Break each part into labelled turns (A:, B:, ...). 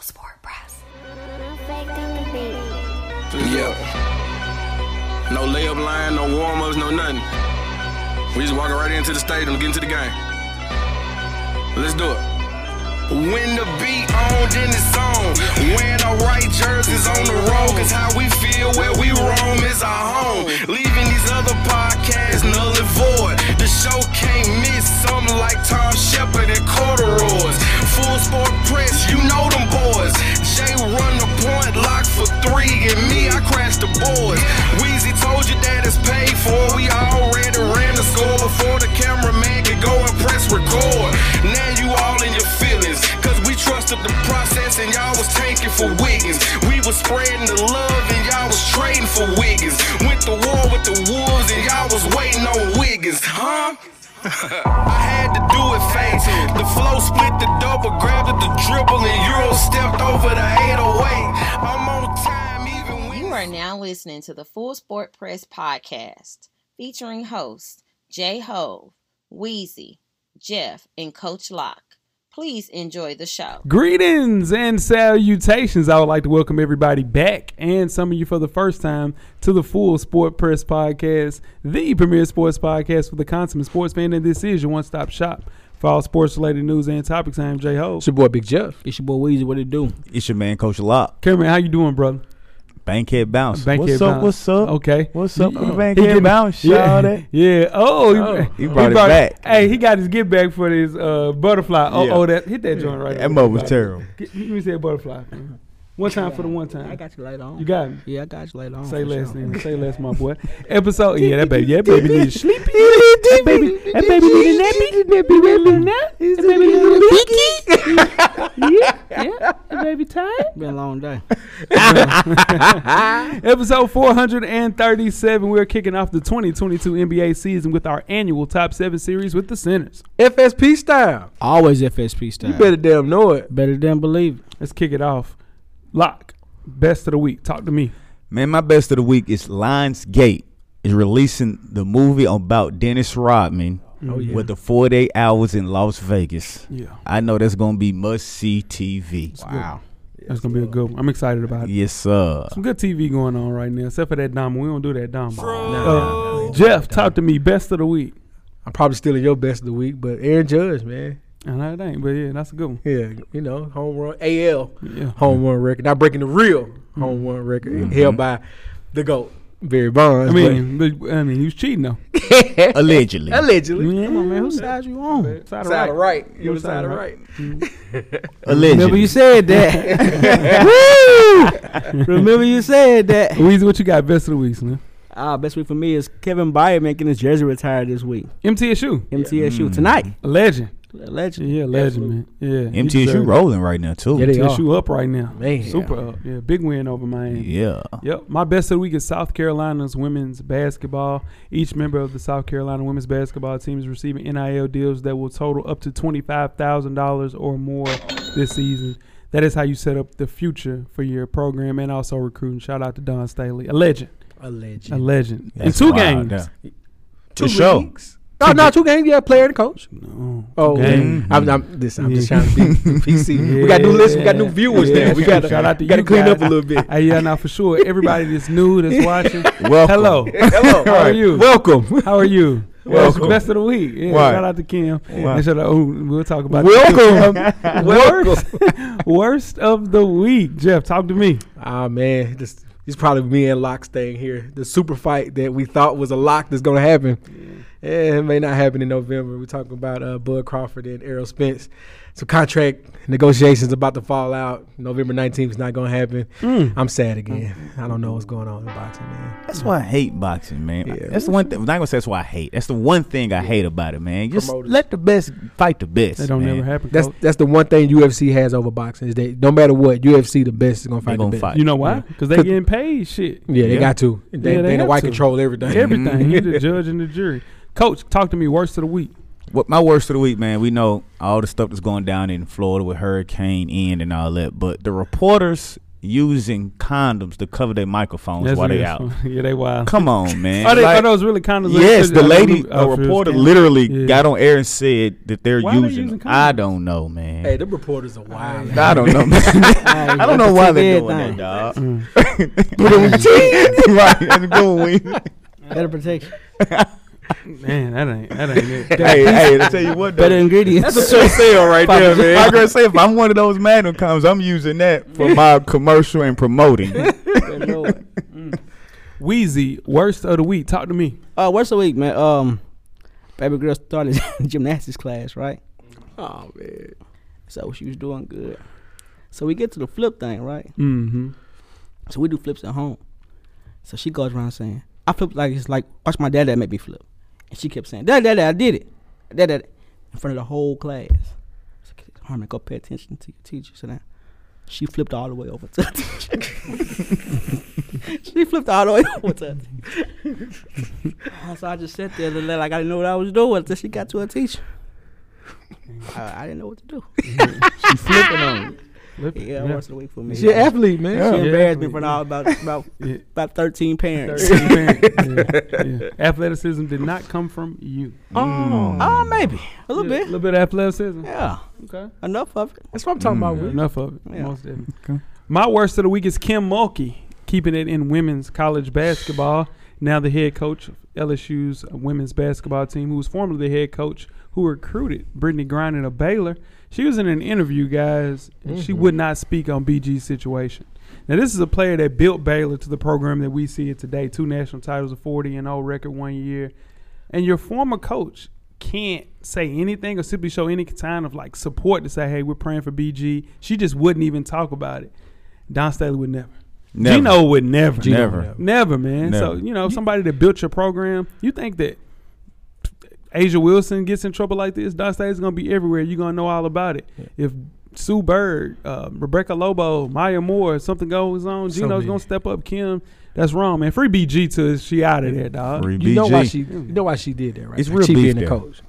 A: Sport Press.
B: Yeah. No layup line, no warm ups, no nothing. We just walking right into the stadium, getting to the game. Let's do it. When the beat on, then it's on. When the right jerseys on the road, cause how we feel where we roam is our home. Leaving these other podcasts null and void. The show can't miss something like Tom Shepard and corduroys. Full sport press, you know them boys. Jay run the point, lock for three, and me, I crashed the board. Wheezy told you that it's paid for. We already ran the score before the cameraman could go and press record. Now you all in your feelings, cause we trusted the process and y'all was taking for Wiggins. We was spreading the love and y'all was trading for Wiggins. Went to war with the wolves and y'all was waiting on Wiggins, huh? I had to do it fast. The flow split the double, grabbed at the dribble, and Euro stepped over the 808. I'm on time, even when
C: You are now listening to the Full Sport Press podcast featuring hosts Jay Hove, Wheezy, Jeff, and Coach Locke. Please enjoy the show.
D: Greetings and salutations. I would like to welcome everybody back and some of you for the first time to the Full Sport Press Podcast, the premier sports podcast for the consummate sports fan. And this is your one stop shop for all sports related news and topics. I am Jay Ho.
E: It's your boy Big Jeff.
F: It's your boy Weezy. What it do?
G: It's your man, Coach Lock.
D: Cameron, how you doing, brother?
G: Bankhead bounce.
D: Bank
E: What's
D: head
E: up?
D: bounce.
E: What's up?
D: Okay.
E: What's up?
D: He-
E: We
D: he
E: back here,
D: getting-
E: bounce,
D: Yeah.
E: shout it.
D: Yeah. Oh, he,
E: he
G: brought it back.
D: Hey, he got his get back for his uh, butterfly. Oh,
G: Yeah.
D: oh, that hit that joint right.
G: That
D: there.
G: mug was terrible.
D: Get- Let me say butterfly. One time for the one time.
F: I got you later on.
D: You got me.
F: Yeah, I got you later on.
D: Say
F: for
D: less,
F: sure.
D: nigga. Say less, my boy. Episode. Yeah, that baby. Yeah, that baby need to sleep. That baby. That baby need a nappy. That baby need a nap. That baby need a leaky. Yeah, yeah. That baby tired.
F: Been a long day.
D: Episode 437. We're kicking off the 2022 NBA season with our annual top seven series with the Centers.
E: FSP style.
F: Always FSP style.
E: You better damn know it.
F: better than believe it.
D: Let's kick it off. Lock. Best of the week. Talk to me.
G: Man, my best of the week is Lionsgate is releasing the movie about Dennis Rodman with the 48 hours in Las Vegas.
D: Yeah.
G: I know that's going to be must see TV.
F: Wow.
D: That's gonna be a good one. I'm excited about it.
G: Yes, sir.
D: Some good TV going on right now, except for that Dom. We don't do that Dom. Uh, Jeff, talk to me. Best of the week.
E: I'm probably stealing your best of the week, but Aaron Judge, man.
D: And that ain't, but yeah, that's a good one.
E: Yeah, you know, home run AL
D: Yeah.
F: Mm-hmm.
E: home run record. Not breaking the real home run record held by the GOAT, Barry Bonds.
D: I mean, but, I mean, he was cheating though.
G: Allegedly.
E: but allegedly.
D: Come on, man, who's
F: Side you on?
D: side of right?
E: Side of right.
D: You
E: You was side of right.
F: Remember
G: Allegedly.
F: you said that. Woo! Remember you said that.
D: Weezy, what you got? Best of the weeks, man.
F: Ah, best week for me is Kevin Byard making his jersey retired this week.
D: MTSU,
F: MTSU tonight.
D: a legend.
E: Mm.
F: Legend.
D: Yeah, legend, man. Yeah, he
G: MTSU
D: deserved
G: rolling right now,
D: it.
G: too.
E: Yeah, they are.
D: MTSU up right now.
E: Man.
D: super up. Yeah, big win over Miami.
G: Yeah.
D: Yep. My best of the week is South Carolina's women's basketball. Each member of the South Carolina women's basketball team is receiving NIL deals that will total up to $25,000 or more this season. That is how you set up the future for your program and also recruiting. Shout out to Don Staley, a legend,
E: A legend.
D: uh, a legend. In
G: That's
D: two
G: wild,
D: games.
G: yeah. To show.
E: No, no, two games. Yeah, player and coach.
D: No.
E: Oh,
D: Two games.
E: I'm, I'm, listen, I'm just
D: Yeah.
E: trying to be PC. We got new listeners. We got new viewers
D: Yeah.
E: now. We got
D: Shout out to
E: got to
D: you
E: clean
D: guys.
E: up a little bit.
D: Hey, yeah, now for sure. Everybody that's new that's watching.
G: Welcome.
D: Hello.
E: Hello.
D: How are you?
E: Welcome.
D: How are you? That's the
G: Welcome.
D: best of the week. Yeah,
G: Why?
D: Shout out to Kim.
G: Why?
D: And shout out, oh, we'll talk about
E: Welcome.
D: Um, worst, worst of the week. Jeff, talk to me.
E: Ah man, this this probably me and Locke staying here. The super fight that we thought was a lock that's gonna happen. Yeah. it may not happen in November. We're talking about uh, Bud Crawford and Errol Spence. So contract negotiations about to fall out. November nineteenth is not gonna happen.
G: Hmm.
E: I'm sad again. I don't know what's going on in boxing, man.
G: That's why I hate boxing, man.
E: Yeah.
G: That's the one thing. I'm not gonna say that's why I hate. That's the one thing I hate about it, man. Just
E: Promoters.
G: let the best fight the best.
D: That don't
G: man.
D: never happen.
E: That's
D: coach.
E: that's the one thing UFC has over boxing is that no matter what, UFC the best is gonna
G: They
E: fight
G: gonna
E: the best.
G: fight.
D: you know why? Because they
E: Could-
D: getting paid shit.
E: Yeah, they
G: Yeah.
E: got to. They,
D: Yeah, they
E: they, know
D: have
E: why
D: to.
E: control everything.
D: Everything. you the judge and the jury. Coach, talk to me. Worst of the week.
G: What my worst of the week, man. We know all the stuff that's going down in Florida with Hurricane Ian and all that, but the reporters using condoms to cover their microphones
D: That's
G: while
D: what
G: they
D: it is.
G: out.
D: yeah, they wild.
G: Come on, man.
D: Are, they,
G: Like-
D: are those really condoms?
G: Yes, the lady,
D: Oh,
G: a
D: for
G: reporter,
D: scam?
G: literally
D: Yeah.
G: got on air and said that they're
D: Why they
G: using.
D: using
G: them. I
D: condoms?
G: don't know, man.
E: Hey, the reporters are wild.
G: I don't know. man. I don't know why they're doing that, dog. right, that's a good one.
F: Better protection.
D: Man, that ain't that ain't it.
G: hey, hey, I tell you what,
F: Better
G: though,
F: ingredients.
G: that's a true sale right
F: Papa
G: there,
F: John's.
G: man. I gotta say, if I'm one of those Magnum comes, I'm using that for my commercial and promoting.
D: Wheezy, worst of the week. Talk to me.
F: Uh, worst of the week, man. Um, baby girl started gymnastics class, right?
E: Oh man.
F: So she was doing good. So we get to the flip thing, right?
D: Mm-hmm.
F: So we do flips at home. So she goes around saying, "I flip like it's like watch my dad that make me flip," and she kept saying, "Dad, dad, dad, I did it, dad, dad," in front of the whole class. I said, Harmon, go pay attention to your teacher. So now she flipped all the way over to the teacher. she flipped all the way over to the teacher. so I just sat there and like I didn't know what I was doing until she got to her teacher. I, I didn't know what to do.
G: she flipping on. you.
F: Yeah, worst of the week for me.
E: She an athlete, man.
F: She
D: Yeah.
F: embarrassed me in front of all about about
D: Yeah.
F: about thirteen parents.
D: yeah, yeah. Athleticism did not come from you.
E: Hmm.
F: Oh, maybe a little
D: Yeah,
F: bit. Hmm.
D: little bit of athleticism.
F: Yeah,
D: Okay.
F: enough of it.
E: That's what I'm talking about. Will.
D: Enough of it.
F: Yeah.
D: Most definitely.
G: Okay.
D: My worst of the week is Kim Mulkey, keeping it in women's college basketball. Now the head coach of LSU's women's basketball team, who was formerly the head coach who recruited Brittany Griner of Baylor. She was in an interview, guys, and she
F: Mm-hmm.
D: would not speak on BG's situation. Now this is a player that built Baylor to the program that we see it today. Two national titles, a 40 and 0 record one year, and your former coach can't say anything or simply show any kind of like support to say, "Hey, we're praying for BG." She just wouldn't even talk about it. Don Staley would never.
G: Never.
D: Gino would never.
G: Never.
D: Never, man. So,
G: Never.
D: you know, somebody that built your program, you think that Asia Wilson gets in trouble like this, Don Staley's going to be everywhere. You're going to know all about it. If Sue Bird, uh, Rebecca Lobo, Maya Moore, something goes on,
E: So
D: Gino's
E: many.
D: going to step up. Kim, that's wrong, man. Free BG to she out of there, dog.
G: Free
E: You know why
G: BG.
E: she? You know why she did that, right?
G: It's
E: now.
G: real
E: she
G: beef
E: being the
G: there.
E: coach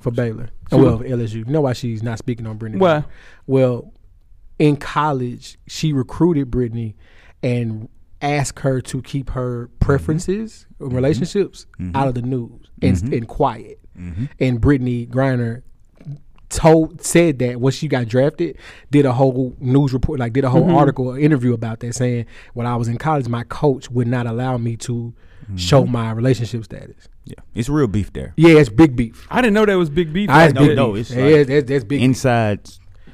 E: for Baylor. Oh, well, for LSU. You know why she's not speaking on Brittany?
D: Why?
E: Well, in college, she recruited Brittany and asked her to keep her preferences and relationships out of the news and, and quiet. And Brittany Griner told said that when she got drafted, did a whole news report, like did a whole article, interview about that, saying when I was in college, my coach would not allow me to show my relationship status.
G: Yeah, it's real beef there.
E: Yeah, it's big beef.
D: I didn't know that was big beef.
E: I
D: like
G: know,
D: that.
E: big
G: no,
E: beef.
G: it's
E: yeah,
G: like-
E: that's- that's, that's big.
G: Inside,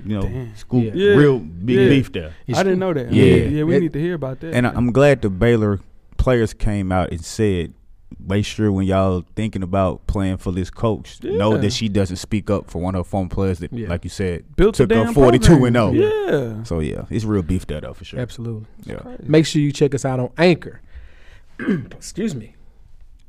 G: you know, school,
E: Yeah.
D: Yeah.
G: real big
D: Yeah.
G: beef there.
D: I didn't know that.
G: Yeah.
D: yeah we
E: It-
D: need to hear about that.
G: And I- I'm glad the Baylor players came out and said, make sure when y'all thinking about playing for this coach, know
D: Yeah.
G: that she doesn't speak up for one of her former players that,
E: Yeah.
G: like you said,
D: Built
G: took
D: the
G: her
D: damn
G: 42
D: program.
G: and oh. 0.
D: Yeah.
G: So yeah, it's real beef there though for sure.
E: Absolutely.
G: Yeah.
E: Make sure you check us out on Anchor. Excuse me.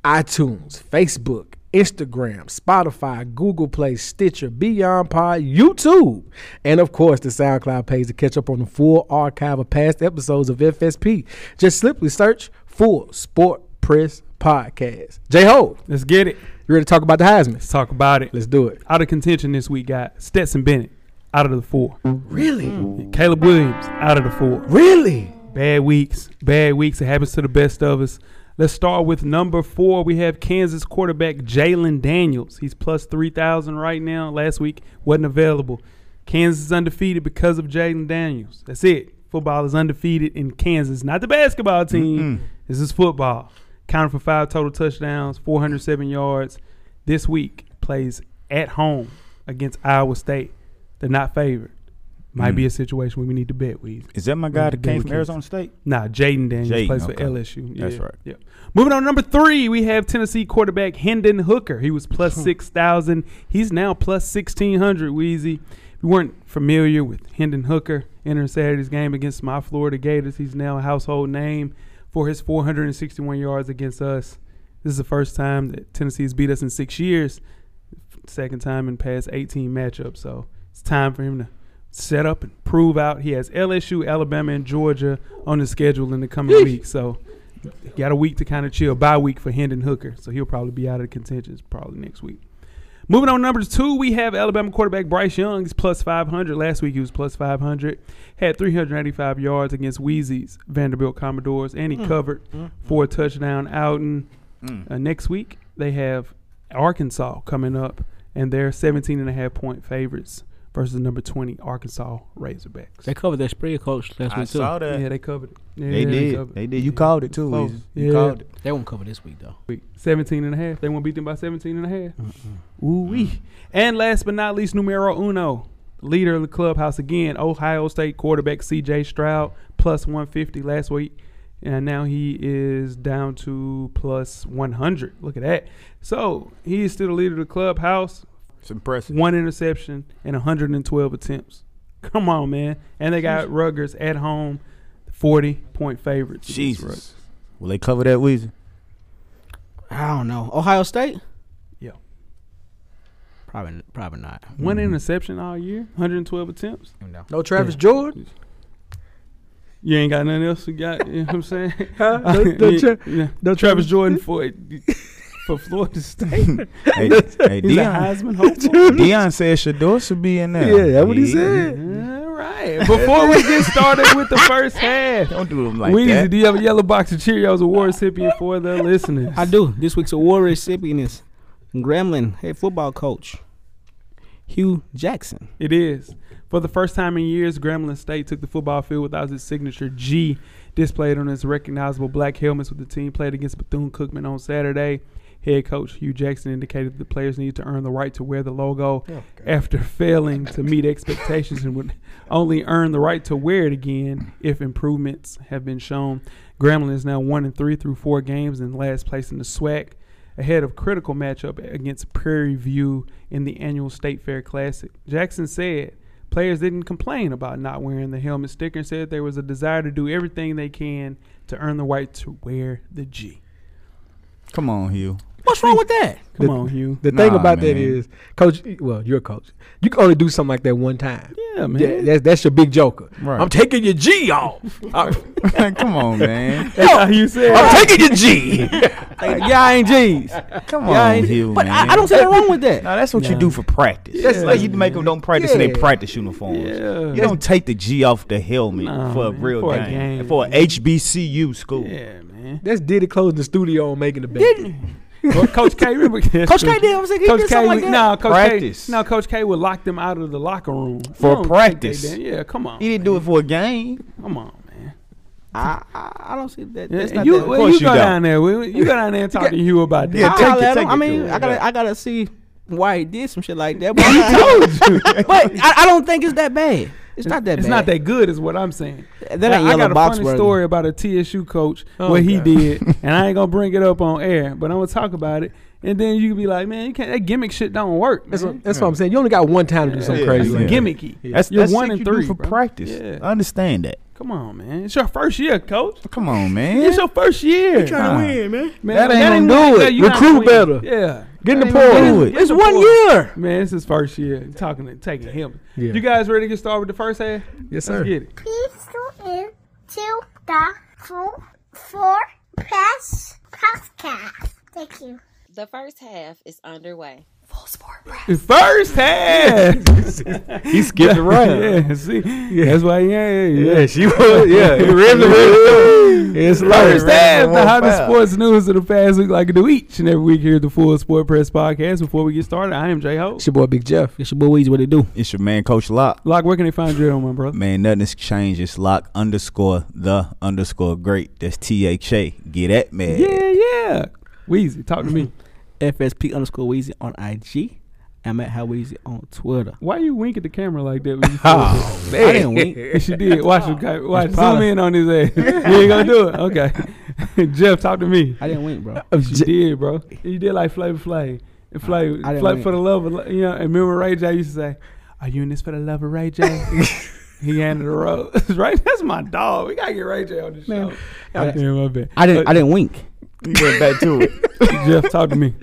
E: iTunes, Facebook, Instagram, Spotify, Google Play, Stitcher, Beyond Pod, YouTube, and of course the SoundCloud page to catch up on the full archive of past episodes of FSP. Just simply search Full Sport Press Podcast. J Ho,
D: Let's get it.
E: you ready to talk about the Heisman?
D: Let's talk about it.
E: Let's do it.
D: out of contention this week, guys. Stetson Bennett out of the four.
E: Really?
D: Caleb Williams out of the four.
E: Mm. Really?
D: Bad weeks, bad weeks. It happens to the best of us. Let's start with number four. We have Kansas quarterback Jalen Daniels. He's plus 3,000 right now. Last week wasn't available. Kansas is undefeated because of Jalen Daniels. That's it. Football is undefeated in Kansas. Not the basketball team. This is football. Counted for five total touchdowns, 407 yards. This week plays at home against Iowa State. They're not favored. Might be a situation where we need to bet, Weezy.
G: Is that my guy that
D: Big
G: came
D: with
G: from
D: kids.
G: Arizona State?
D: Nah, Jaden Daniels
G: Jaden,
D: plays for
G: okay.
D: LSU.
G: That's
D: Yeah,
G: right.
D: Yeah. Moving on, number three, we have Tennessee quarterback Hendon Hooker. He was
G: Hmm.
D: plus six thousand. He's now plus sixteen hundred. Wheezy. If you weren't familiar with Hendon Hooker entering Saturday's game against my Florida Gators, he's now a household name for his four hundred and sixty-one yards against us. This is the first time that Tennessee has beat us in six years. Second time in past eighteen matchups. So it's time for him to set up and prove out. He has LSU, Alabama, and Georgia on the schedule in the coming week. So he got a week to kind of chill. Bye week for Hendon Hooker. So he'll probably be out of contention probably next week. Moving on, number two, we have Alabama quarterback Bryce Young. He's plus 500. Last week he was plus 500. Had 385 yards against Wheezy's Vanderbilt Commodores, and
G: Mm.
D: he covered for a touchdown out. And uh, next week they have Arkansas coming up, and they're 17 and a half point favorites versus number 20 Arkansas Razorbacks.
F: They covered that spread coach last
G: I
F: week too.
G: saw that.
D: yeah, they covered it. Yeah,
G: They
D: covered
G: did.
D: it.
G: They did. You called it too.
D: Close.
G: Weezy. You
D: Yeah.
G: called it.
F: They won't cover this week though.
D: week. 17 and a half. They won't beat them by 17 and a half. Ooh wee. And last but not least, numero uno, leader of the clubhouse again, Ohio State quarterback CJ Stroud, plus 150 last week. And now he is down to plus 100. Look at that. So he is still the leader of the clubhouse.
G: It's impressive.
D: One interception and 112 attempts. Come on, man. And they got Rutgers at home, 40 point favorites. against Rutgers.
G: Jesus. Will they cover that, Weezy?
F: I don't know. Ohio State?
D: Yeah.
F: Probably probably not.
D: One
G: Mm-hmm.
D: interception all year, 112 attempts.
E: No Travis Jordan.
D: You ain't got nothing else you got, you know what I'm saying?
E: Huh? No, no Tra-
D: yeah.
E: no
D: Travis Jordan for for Florida State.
G: hey, hey
D: He's
G: Deion,
D: a Heisman hopeful.
G: Deion said Shador should be in there.
E: Yeah, that's what he said.
D: All right. Before we get started with the first half,
G: Don't do him like
D: Weezy,
G: that.
D: do you have a yellow box of Cheerios award recipient for the listeners?
F: I do. This week's award recipient is Gremlin head football coach Hugh Jackson.
D: It is. For the first time in years, Gremlin State took the football field without its signature G displayed on its recognizable black helmets with the team played against Bethune Cookman on Saturday. Head coach Hugh Jackson indicated that the players need to earn the right to wear the logo after failing to meet expectations and would only earn the right to wear it again if improvements have been shown. Gremlin is now 1 and 3 through 4 games and last place in the SWAC ahead of critical matchup against Prairie View in the annual State Fair Classic. Jackson said players didn't complain about not wearing the helmet sticker and said there was a desire to do everything they can to earn the right to wear the G.
G: Come on, Hugh.
F: What's wrong with that?
D: Come
E: The-
D: on, Hugh.
E: The thing
G: Nah,
E: about that
G: man.
E: is, coach. Well, you're a coach. You can only do something like that one time.
D: Yeah, man.
E: Yeah, that's that's your big joker.
G: Right.
E: I'm taking your G off. I'm,
G: Come on, man.
D: That's how you said. it.
E: I'm taking your G.
F: yeah, I ain't G's.
G: Come
F: Yeah, I
G: on,
F: ain't
G: Hugh.
F: But
G: man.
F: I, I don't see nothing wrong with that.
G: No, that's what you do for practice. That's like you make them don't practice in
E: Yeah.
G: their practice uniforms.
D: Yeah.
G: You don't take the G off the helmet
D: Nah,
G: for a
D: man,
G: real
D: for a
G: game,
D: game.
G: for a HBCU school.
D: Yeah, man.
E: That's Diddy closing the studio and making the baby.
D: Well, Coach K, remember
F: Coach K did. I was like, he
D: Coach
F: did
D: K,
F: something like
D: would,
F: that.
D: no, Coach
G: Practice.
D: K, no, Coach K would lock them out of the locker room
G: For
D: I don't think they
G: practice.
D: did. Yeah, come on,
G: He didn't do it for a game.
D: come on, man.
F: I, I, I don't see that.
D: Yeah,
F: That's not
D: you,
F: that.
D: well,
G: course
D: you
G: you
D: go
G: don't.
D: down there. we- You go down there and talk to Hugh about that.
G: Yeah,
F: I'll
G: take
F: holler
G: it-
F: at him.
G: take
F: I
G: it
F: mean,
G: to
F: I
G: him,
F: gotta,
G: yeah.
F: I gotta see why he did some shit like that. But, I, but I, I don't think it's that bad. It's not that
D: It's
F: bad.
D: not that good, is what I'm saying.
F: That
D: I-
F: ain't
D: I
F: yellow
D: got a
F: box
D: funny
F: worthy.
D: story about a TSU coach,
E: Oh,
D: what he
E: God.
D: did, and I ain't gonna bring it up on air, but I'm gonna talk about it. And then you can be like, man, you can't. That gimmick shit don't work.
E: That's,
D: man.
E: what, that's what I'm saying. You only got one time to do something
G: Yeah,
E: crazy.
G: yeah.
E: Like that.
D: Gimmicky.
G: That's
D: You're
G: that's
D: one
G: shit
D: and
G: you
D: three
G: do for
D: bro.
G: practice.
D: Yeah.
G: I understand that.
D: Come on, man. It's your first year, coach.
G: Come on, man.
D: It's your first year.
G: trying to
E: win, man.
D: Man,
G: That ain't gonna
D: what-
G: do
D: yeah,
G: it.
D: you not
E: Recruit
D: gonna win.
E: better.
D: Yeah.
E: Get in the
G: Ain't gonna
E: pool.
G: do it.
F: It's one year.
D: Man, it's his first year talking to taking him.
E: Yeah.
D: You guys ready to get started with the first half? Let's
E: Yes, sir.
D: get it.
A: Please tune in to the Full Four Press Podcast. Thank you.
C: The first half is underway.
D: First half.
G: He skipped
D: yeah, see, that's why. Yeah, yeah, yeah.
E: Yeah, she was. Yeah, it really, really- It's like
D: First half, the
G: one
D: hottest
G: foul.
D: sports news of the past week, like I do each and every week here at the Full Sport Press Podcast. Before we get started, I am J Ho.
E: It's your boy Big Jeff.
F: It's your boy Weezy. What it do?
G: It's your man, Coach Locke.
D: Lock, where can they find you on, my brother?
G: Man, nothing's changed. It's Lock underscore the underscore great. That's T H A. Get at man.
D: Yeah, yeah. Weezy, talk to me.
F: FSP underscore Weezy on IG. I'm at How Weezy on Twitter.
D: Why you wink at the camera like that? When you oh,
F: I didn't wink.
D: Yes, you did. Watch him. guy- Watch. Zoom
F: probably-
D: in on his ass. you ain't gonna do it. Okay. Jeff, talk to me.
F: I didn't wink, bro.
D: You did, bro. You did like Flavor Flav. And Flav,
F: I didn't
D: Flav
F: mean-
D: for the love of, Lo- you know, and remember Ray J used to say, Are you in this for the love of Ray J? he handed the rose. right? That's my dog. We got to get Ray J on this show.
F: I-
D: Yeah, my bad.
F: I didn't. I didn't wink.
G: You went back to it.
D: Jeff, talk to me.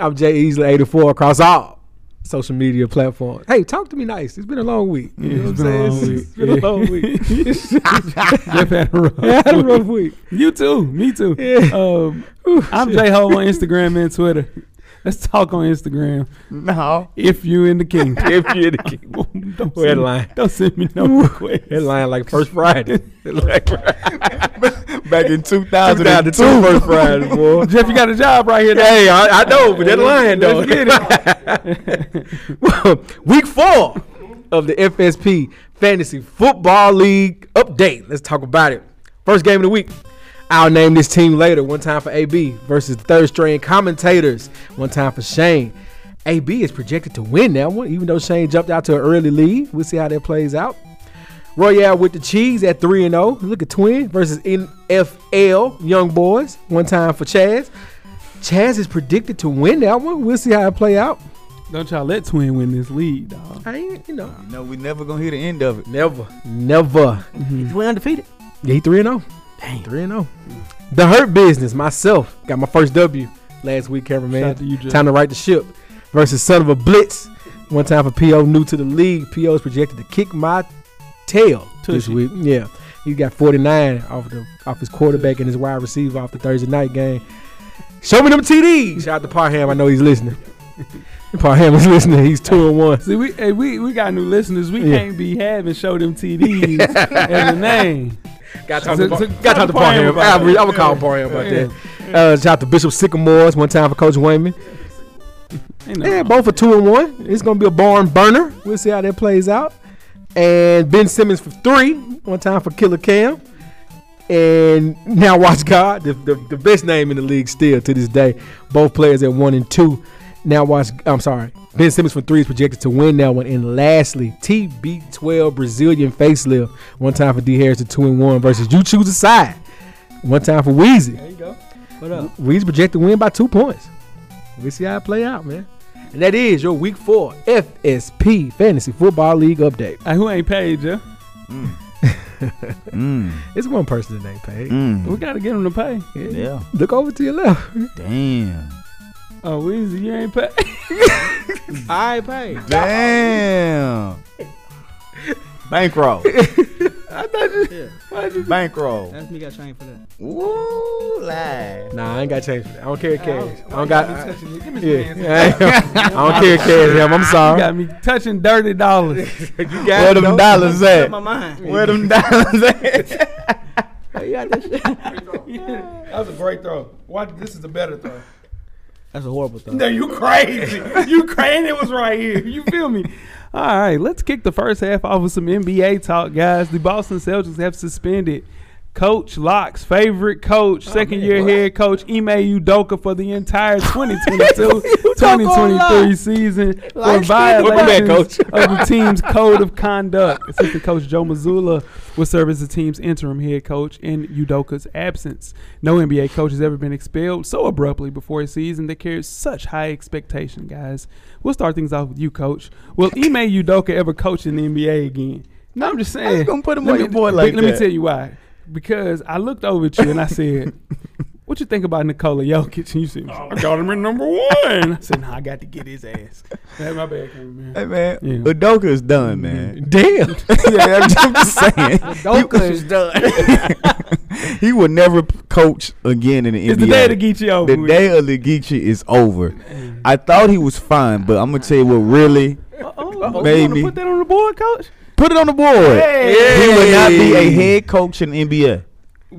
E: I'm Jay Easley, 84 across all social media platforms. Hey, talk to me nice. It's been a long week. You know
D: it's
E: what I'm saying?
D: been
E: It's been a long week.
D: Jeff had a rose.
E: I had a rough week.
D: You too. Me too.
E: Yeah.
D: Um, I'm J Ho on Instagram and Twitter. Let's talk on Instagram.
G: No.
D: If you in the kingdom.
E: if you're the king.
D: don't,
E: We're
D: send me,
E: lying.
D: don't send me no requests.
E: Headline like first Friday. like
G: Back in
E: 2002 first Friday, boy.
D: Jeff, you got a job right here.
E: Hey, I, I know, but that line though.
D: Let's get
E: Week four of the FSP Fantasy Football League update. Let's talk about it. First game of the week. I'll name this team later. One time for AB versus third string commentators. One time for Shane. AB is projected to win that one, even though Shane jumped out to an early lead. We'll see how that plays out. Royale with the cheese at 3 and 0. Look at Twin versus NFL Young Boys. One time for Chaz. Chaz is predicted to win that one. We'll see how it play out.
D: Don't y'all let Twin win this lead, dog.
E: I ain't, you know,
G: No, we never gonna hear the end of it.
E: never, never.
F: We undefeated.
E: Yeah, he three and zero. Dang, three and oh. zero. The hurt business. Myself got my first W last week,
D: Shout out to
E: cameraman.
D: you, Jeff.
E: Time to right the ship. Versus son of a blitz. One time for PO, new to the league. PO is projected to kick my tail this
D: Tushy.
E: week. Yeah, he got 49 off the off his quarterback and his wide receiver off the Thursday night game. Show me them TDs. Shout out to Parham. I know he's listening. Parham is listening. He's two and one.
D: See, we hey, we we got new listeners. We
E: Yeah.
D: can't be having show them TDs as a name.
E: Got
D: talk
E: to talk
D: to Par-
E: to Parham. Got to talk to Parham.
D: about
E: I'm
D: that.
E: gonna call
D: Yeah.
E: Parham about
D: Yeah.
E: that. Uh, shout out to Bishop Sycamores. One time for Coach Wayman.
D: Ain't no
E: Yeah,
D: wrong.
E: both for two and one. It's gonna be a barn burner. We'll see how that plays out. And Ben Simmons for three. One time for Killer Cam. And now watch God, the, the, the best name in the league still to this day. Both players at one and two. Now watch. I'm sorry. Ben Simmons for three is projected to win that one. And lastly, TB12 Brazilian facelift. One time for D Harris to two and one versus you choose a side. One time for Weezy.
D: There you go.
F: What up?
E: We's projected to win by two points. We'll see how it play out, man. And that is your week four FSP Fantasy Football League update.
D: Hey, who ain't paid, Jeff?
G: Mm,
E: It's one person that ain't paid.
D: We
G: mm.
D: gotta get him to pay.
G: Yeah.
E: Look over to your left.
G: Damn.
D: Oh, Weezy, you ain't paid.
E: I paid.
G: Damn. Bankroll. Bankroll.
F: That's me got trained for that.
G: Ooh, live.
E: Nah, I ain't got change for that. I don't carry cash.
G: Oh,
E: I don't got. I, yeah,
D: You
E: I don't carry cash, him. I'm sorry.
D: got me touching dirty dollars.
G: Where them dollars at?
F: My mind.
G: Where them dollars at?
D: That was a great throw. Watch, this is a better throw.
F: That's a horrible thing.
D: No, you crazy. you crazy. It was right here. You feel me? All right, let's kick the first half off with some NBA talk, guys. The Boston Celtics have suspended Coach Locke's favorite coach, second year head coach Ime Udoka for the entire 2022-2023 season for
F: Light-skinned black
D: violations
E: coach.
D: of the team's code of conduct. Assistant coach Joe Missoula will serve as the team's interim head coach in Udoka's absence. No NBA coach has ever been expelled so abruptly before a season that carries such high expectation, guys. We'll start things off with you, coach. Will Ime Udoka ever coach in the NBA again? No, I'm just saying.
G: gonna put him
D: Let
G: on
D: me-
G: your board
D: but
G: like
D: Let me
G: that.
D: tell you why. Because I looked over at you and I said, what you think about Nikola Jokic? And you said, Oh, I got him at number one. I said, no, I got to get his ass. Hey, my bad, cameraman.
G: Hey man,
D: Yeah.
G: Udoka is done, man.
E: Damn.
G: yeah, I'm just saying. Udoka is done. he will never p- coach again in the
D: It's
G: NBA.
D: the day to get you over.
G: The day of the Geechee is over. I thought he was fine, but I'm gonna tell you what really
D: Oh,
G: Maybe.
D: put that on the board, coach?
G: put it on the board. He will not be a head coach in the NBA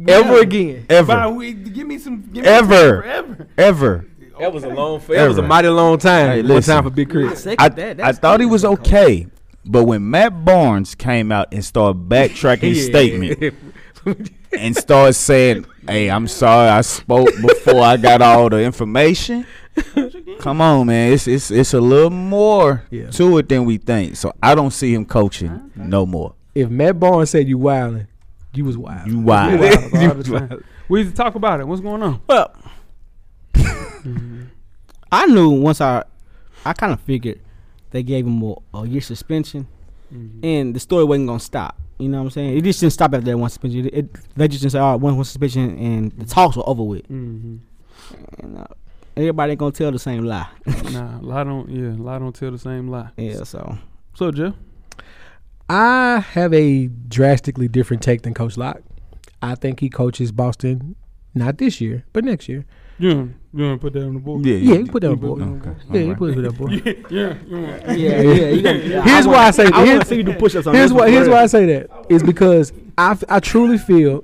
E: Ever again.
D: Bye,
G: ever,
D: we, give me some. Give
G: Ever.
D: Me some forever.
G: ever.
E: That was a long. That was
G: Ever.
E: a mighty long time.
G: Hey,
E: One
G: listen.
E: time for Big Chris.
F: Second
G: I,
F: that,
G: I
F: that's
G: thought he was
F: horrible.
G: okay, but when Matt Barnes came out and started backtracking his statement and started saying, "Hey, I'm sorry, I spoke before I got all the information." Come on, man, it's it's it's a little more
E: Yeah.
G: to it than we think. So I don't see him coaching no more.
E: If Matt Barnes said you wildin', you was wild.
G: You wild.
D: All the time. We used to talk about it. What's going on?
F: Well, I knew once I, I kind of figured they gave him a, a year suspension, and the story wasn't gonna stop. You know what I'm saying? It just didn't stop after that one suspension. It, it- they just didn't say, "All right, one, one suspension," and the talks were over with.
D: Mm-hmm.
F: And, uh, everybody ain't gonna tell the same lie.
D: Nah, lie don't. Yeah, lie don't tell the same lie.
F: yeah. So
D: So Jeff,
E: I have a drastically different take than Coach Locke. I think he coaches Boston not this year, but next year.
D: You don't, you don't put that on the board.
G: Yeah,
E: Yeah, you put that on board.
G: Okay.
E: Yeah, you
G: alright.
E: put it up, boy.
D: Yeah, yeah, you want-
F: Yeah, yeah. You gotta, yeah,
E: Here's
F: I
E: why I say
H: I want
E: here's-
H: to see you do push-ups on
E: Here's
H: this
E: why.
H: one.
E: Here's why I say that is because I, f- I truly feel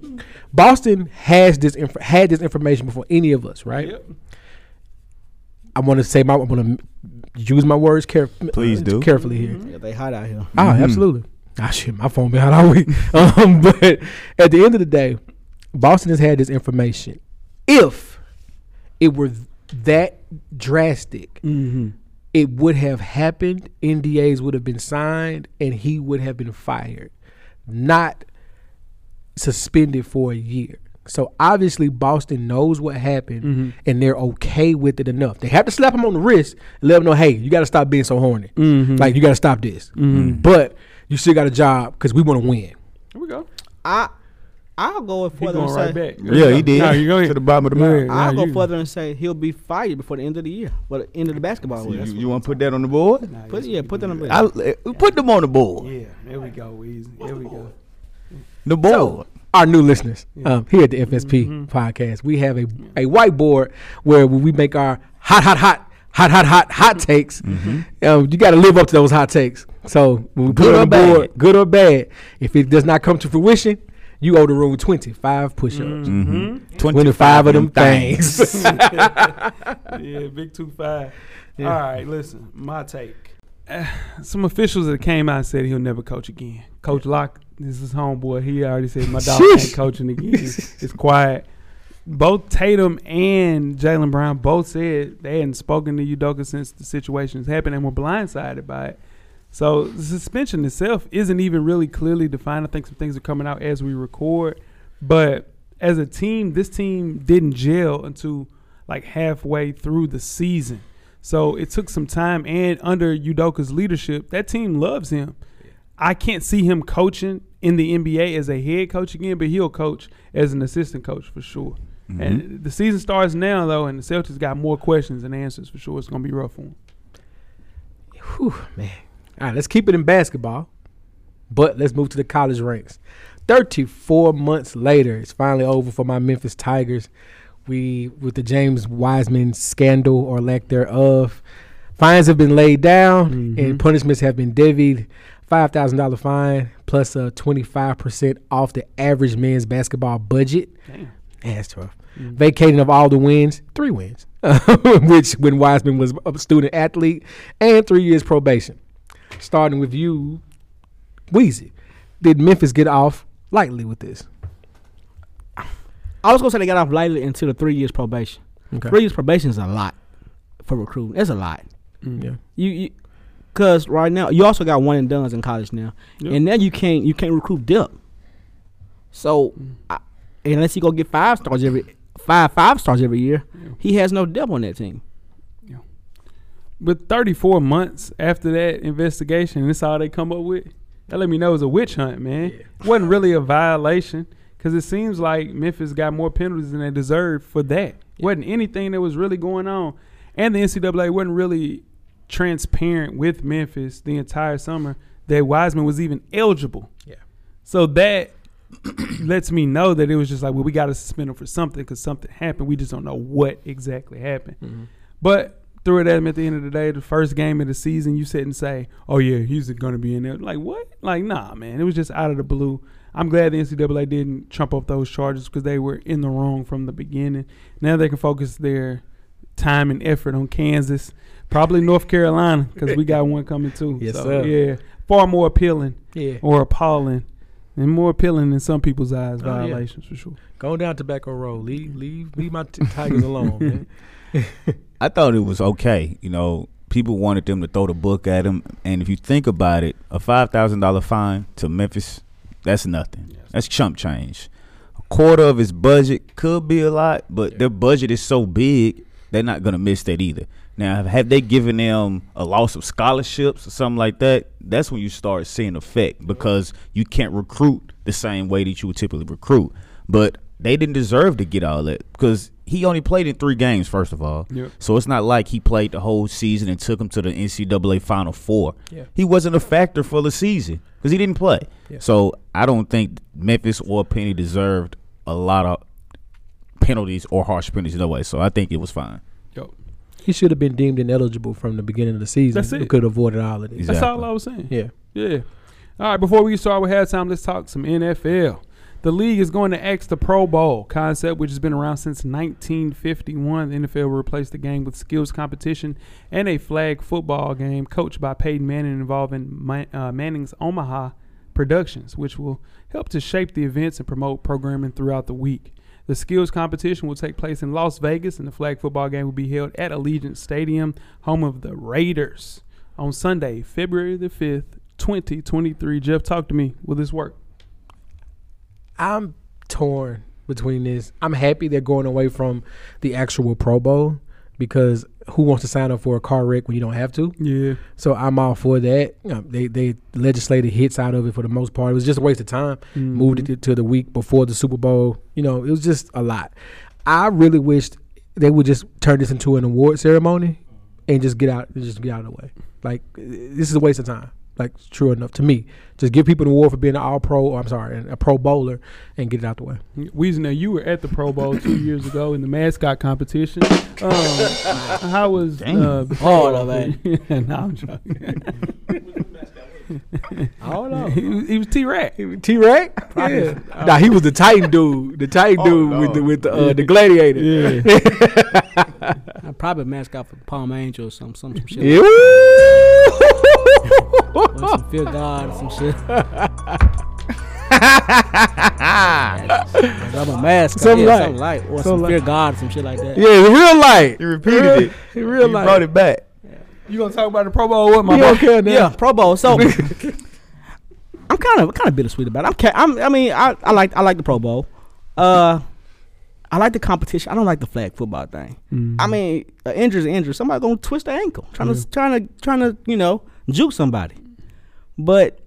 E: Boston has this inf- had this information before any of us, right?
D: Yep.
E: I want to say my I want to use my words carefully.
G: Please do.
E: carefully here.
F: Yeah, they hot out here.
E: Ah,
G: Mhm.
E: absolutely. Ah, shit, my phone been out all week. um, but at the end of the day, Boston has had this information. If it were th- that drastic, it would have happened. NDAs would have been signed, and he would have been fired, not suspended for a year. So obviously, Boston knows what happened, and they're okay with it enough. They have to slap him on the wrist, and let him know, hey, you got to stop being so horny. Like you got to stop this. But you still got a job because we want to win.
D: Here we go.
F: I I'll go
D: He's
F: further and
D: going
F: say
D: right back.
G: Yeah, he did.
D: No, you go ahead.
G: To the bottom of the mountain.
D: Yeah,
F: I'll
D: you-
F: go further and say he'll be fired before the end of the year, but the end of the basketball year.
G: You,
F: That's
G: you want to put that on the board?
F: what- Put, yeah, put that on.
G: I, eh, put them on the board.
D: Yeah, there we go, Weezy. There we go.
G: The board.
E: our new listeners um, here at the FSP
G: Mm-hmm.
E: podcast, we have a, a whiteboard where we make our hot, hot, hot, hot, hot, hot, hot
G: Mm-hmm.
E: takes. Um, you got to live up to those hot takes. So when we put
G: Good
E: it
G: or
E: on the board, good or bad, if it does not come to fruition, you owe the room 25 push ups.
G: hmm
E: 25 of them things.
D: yeah, big two five. All right, listen, my take. Uh, Some officials that came out said he'll never coach again. Coach Locke, this is homeboy. He already said my dog ain't
E: Sheesh.
D: coaching again. It's quiet. Both Tatum and Jalen Brown both said they hadn't spoken to Udoka since the situation has happened and were blindsided by it. So the suspension itself isn't even really clearly defined. I think some things are coming out as we record. But as a team, this team didn't gel until like halfway through the season. So it took some time, and under Udoka's leadership, that team loves him. I can't see him coaching in the NBA as a head coach again, but he'll coach as an assistant coach for sure. And the season starts now, though, and the Celtics got more questions than answers for sure. It's going to be rough for him.
E: Whew, man. All right, let's keep it in basketball, but let's move to the college ranks. 34 months later, it's finally over for my Memphis Tigers. We, with the James Wiseman scandal or lack thereof, fines have been laid down and punishments have been divvied. $5,000 fine plus a 25% off the average men's basketball budget. Yeah, that's tough. Vacating of all the wins, three wins, which when Wiseman was a student athlete, and three years probation. Starting with you, Wheezy. Did Memphis get off lightly with this?
F: I was gonna say they got off lightly until the three years probation.
E: Okay.
F: Three years probation is a lot for recruiting. It's a lot.
E: Yeah.
F: You, you cause right now you also got one and duns in college now, and now you can't you can't recruit depth. So I, unless you go get five stars every five five stars every year, he has no depth on that team.
D: But 34 months after that investigation, and that's all they come up with. That let me know it was a witch hunt, man. wasn't really a violation because it seems like Memphis got more penalties than they deserved for that. wasn't anything that was really going on, and the NCAA wasn't really transparent with Memphis the entire summer that Wiseman was even eligible.
E: Yeah.
D: So that lets me know that it was just like, well, we got to suspend him for something because something happened. We just don't know what exactly happened.
E: Mm-hmm.
D: But threw it at him at the end of the day, the first game of the season, you sit and say, oh, yeah, he's going to be in there. Like, what? Like, nah, man. It was just out of the blue. I'm glad the NCAA didn't trump up those charges because they were in the wrong from the beginning. Now they can focus their time and effort on Kansas, probably North Carolina because we got one coming too.
E: Yes,
D: so,
E: sir.
D: yeah, far more appealing
E: Yeah.
D: or appalling and more appealing in some people's eyes
E: Oh, yeah.
D: violations for sure.
E: Go down Tobacco Road. Leave leave leave my t- Tigers alone, man.
G: I thought it was okay. You know, people wanted them to throw the book at him, and if you think about it, a five thousand dollar fine to Memphis, that's nothing. That's chump change. A quarter of his budget could be a lot, but their budget is so big, they're not gonna miss that either. Now, have- have they given them a loss of scholarships or something like that? That's when you start seeing effect because you can't recruit the same way that you would typically recruit. But they didn't deserve to get all that because he only played in three games. First of all,
D: Yep.
G: so it's not like he played the whole season and took him to the NCAA Final Four.
E: Yeah.
G: He wasn't a factor for the season because he didn't play. So I don't think Memphis or Penny deserved a lot of penalties or harsh penalties no way. So I think it was fine.
E: He should have been deemed ineligible from the beginning of the season.
D: That's
E: He
D: it.
E: could have avoided all of this.
G: Exactly.
D: That's all I was saying.
E: Yeah.
D: Yeah. All right, before we start with halftime, let's talk some NFL. The league is going to X the Pro Bowl concept, which has been around since 1951. The NFL will replace the game with skills competition and a flag football game coached by Peyton Manning involving Ma- uh, Manning's Omaha Productions, which will help to shape the events and promote programming throughout the week. The skills competition will take place in Las Vegas, and the flag football game will be held at Allegiant Stadium, home of the Raiders, on Sunday, February the 5th, 2023. Jeff, talk to me. Will this work?
E: I'm torn between this. I'm happy they're going away from the actual Pro Bowl because who wants to sign up for a car wreck when you don't have to?
D: Yeah.
E: So I'm all for that. You know, they they legislated hits out of it for the most part. It was just a waste of time. Moved it to- to the week before the Super Bowl. You know, it was just a lot. I really wished they would just turn this into an award ceremony and just get out just get out of the way. Like eh, this is a waste of time. Like true enough to me, just give people an award for being an All Pro or I'm sorry, an- a Pro Bowler, and get it out the way.
D: Weezy, now you were at the Pro Bowl two years ago in the mascot competition. Um, how was. Uh,
F: Hold up, man.
D: yeah, no, I'm joking.
E: Hold
D: he, was, he was T-Rat.
E: T Rex. Yeah. Nah, he was the Titan dude. The Titan dude with the with the uh, the gladiator.
D: Yeah.
F: I probably mascot for Palm Angel or some some, some shit.
E: Yeah.
F: Or some Phil God or some shit. I'm a mascot.
E: Something
F: yeah,
E: like-
F: something like or some
E: something like-
F: Fear God or some shit like that.
E: Yeah, in real life.
G: You repeated it.
E: In real
G: You
E: life.
G: brought it back.
D: You going to talk about the Pro Bowl with my
E: You
D: boy?
E: don't care now.
F: Yeah, Pro Bowl. So I'm kind of kind of bittersweet about it. I'm, ca- I'm I mean I, I like I like the Pro Bowl. Uh, I like the competition. I don't like the flag football thing.
D: Mm.
F: I mean, an injury's an injury. Somebody gonna twist their ankle trying to trying to trying to you know juke somebody, but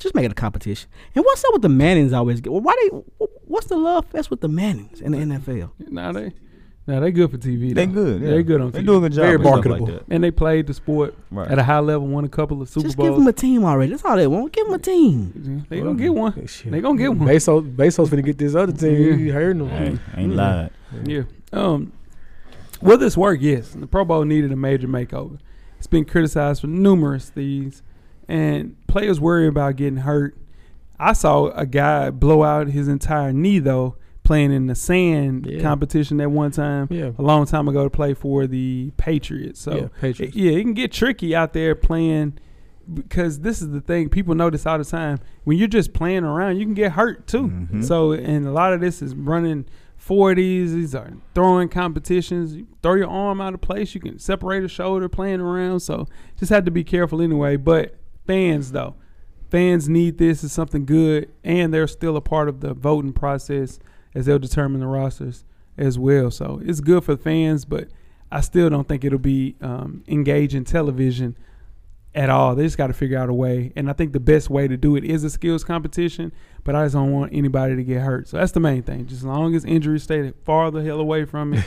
F: just make it a competition. And what's up with the Mannings always get? Why they? What's the love fest with the Mannings in the NFL?
D: Nah, they, nah, they good for TV.
G: They
D: though.
G: good. Yeah.
D: They good on
G: They
D: TV.
G: do a good job.
E: Very
G: and stuff
E: marketable.
G: Like that.
D: and they played the sport
G: Right.
D: at a high level, won a couple of Super
F: Just give
D: Bowls.
F: them a team already. That's all they want. Give them a team.
D: they gonna get one.
E: Shit.
D: They gonna get one.
E: Bezos, Bezos finna get this other team. You heard him?
G: Hey, ain't lied.
D: Yeah. Um, will this work? Yes. The Pro Bowl needed a major makeover. It's been criticized for numerous things, and players worry about getting hurt. I saw a guy blow out his entire knee though playing in the sand
E: Yeah.
D: competition at one time
E: Yeah.
D: a long time ago to play for the Patriots. So
E: Yeah, Patriots.
D: it- yeah, it can get tricky out there playing because this is the thing people notice all the time when you're just playing around you can get hurt too
E: Mm-hmm.
D: so and a lot of this is running 40s these are throwing competitions you throw your arm out of place you can separate a shoulder playing around so just had to be careful anyway but fans though fans need this as something good and they're still a part of the voting process as they'll determine the rosters as well so it's good for fans but i still don't think it'll be um, engaging television at all. They just got to figure out a way. And I think the best way to do it is a skills competition, but I just don't want anybody to get hurt. So that's the main thing. Just as long as injuries stay far the hell away from me,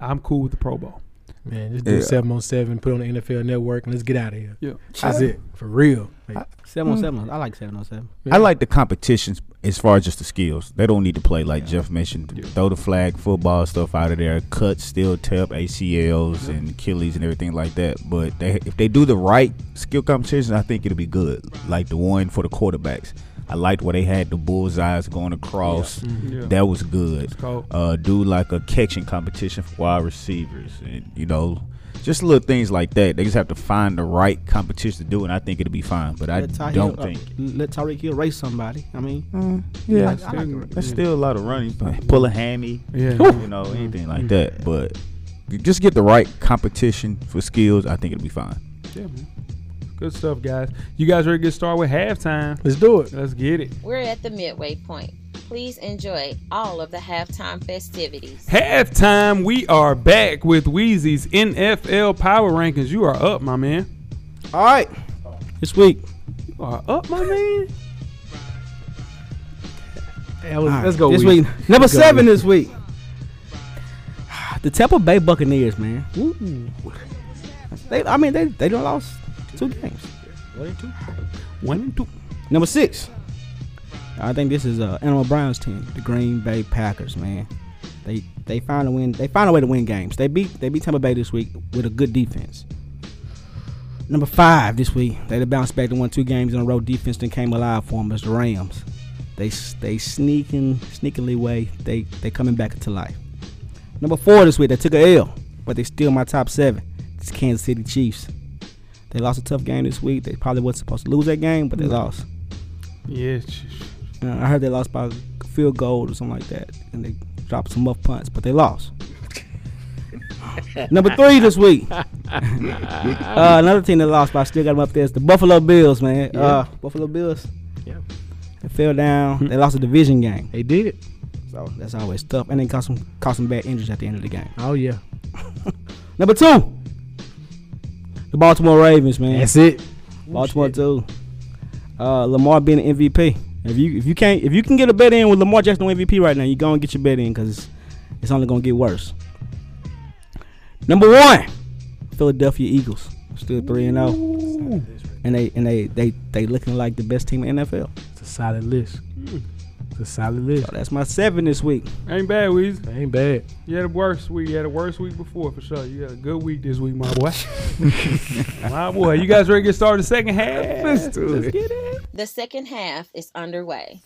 D: I'm cool with the Pro Bowl.
E: Man, just do
G: Yeah.
E: seven on seven. Put it on the NFL Network and let's get out of here.
D: Yeah.
E: That's it for real. Like,
F: Seven on seven. I like seven on seven.
G: I like the competitions as far as just the skills. They don't need to play like Jeff mentioned. Throw the flag, football stuff out of there. Cut, steel, tap, ACLs and Achilles and everything like that. But they, if they do the right skill competition, I think it'll be good. Like the one for the quarterbacks. I liked where they had the bullseyes going across.
D: Yeah.
G: That was good.
D: It's cold.
G: Uh, do like a catching competition for wide receivers, and you know, just little things like that. They just have to find the right competition to do, and I think it'll be fine. But I
F: Let Tyreek
G: don't
F: Hill- uh,
G: think.
F: let Tyreek Hill race somebody. I mean,
G: Mm. Yeah,
F: I- I like it.
G: that's still a lot of running. Pull a hammy, mm.
D: Yeah.
G: you know, anything like that. But you just get the right competition for skills. I think it'll be fine.
D: Yeah, man. Good stuff, guys. You guys ready to get started with halftime?
E: let's do it.
D: Let's get it.
C: We're at the midway point. Please enjoy all of the halftime festivities.
D: Halftime, we are back with Wheezy's NFL Power Rankings. You are up, my man.
F: all right. This week,
D: You are up, my man.
E: Yeah, let's, let's go.
F: This
E: Weezy.
F: week, number
E: Let's go,
F: seven
E: Weezy.
F: this week. The Tampa Bay Buccaneers, man. Ooh. They, I mean, they they done lost two games.
D: One and two.
F: Number six, I think this is uh, Animal Brown's team, the Green Bay Packers. Man, they they found a win. They found a way to win games. They beat they beat Tampa Bay this week with a good defense. Number five this week, they bounced back to won two games in a row. Defense then came alive for them as the Rams. They they sneaking sneakily way. They they coming back to life. Number four this week, they took a L, but they still my top seven. It's Kansas City Chiefs. They lost a tough game this week. They probably wasn't supposed to lose that game, but they lost.
D: Yeah, sh-
F: Uh, I heard they lost by a field goal or something like that, and they dropped some muff punts, but they lost. Number three this week. uh, another team that lost, but I still got them up there. Is the Buffalo Bills, man. Uh, Buffalo Bills.
E: Yeah.
F: They fell down. they lost a division game,
E: They did it.
F: so that's always tough. And they caught some caught some bad injuries at the end of the game.
E: Oh yeah.
F: Number two, the Baltimore Ravens, man.
E: That's it.
F: Baltimore too. Uh, Lamar being an MVP. If you if you can't if you can get a bet in with Lamar Jackson on MVP right now, you go and get your bet in because it's only gonna get worse. Number one, Philadelphia Eagles, still three and zero, and they and they they they looking like the best team in NFL.
E: It's a solid list. It's a solid list.
F: So that's my seven this week.
D: ain't bad, Weezy.
E: Ain't bad.
D: You had a worse week. You had a worse week before for sure. You had a good week this week, my boy. my boy, you guys ready to get started? The second half.
E: Let's do it.
D: get it.
C: The second half is underway.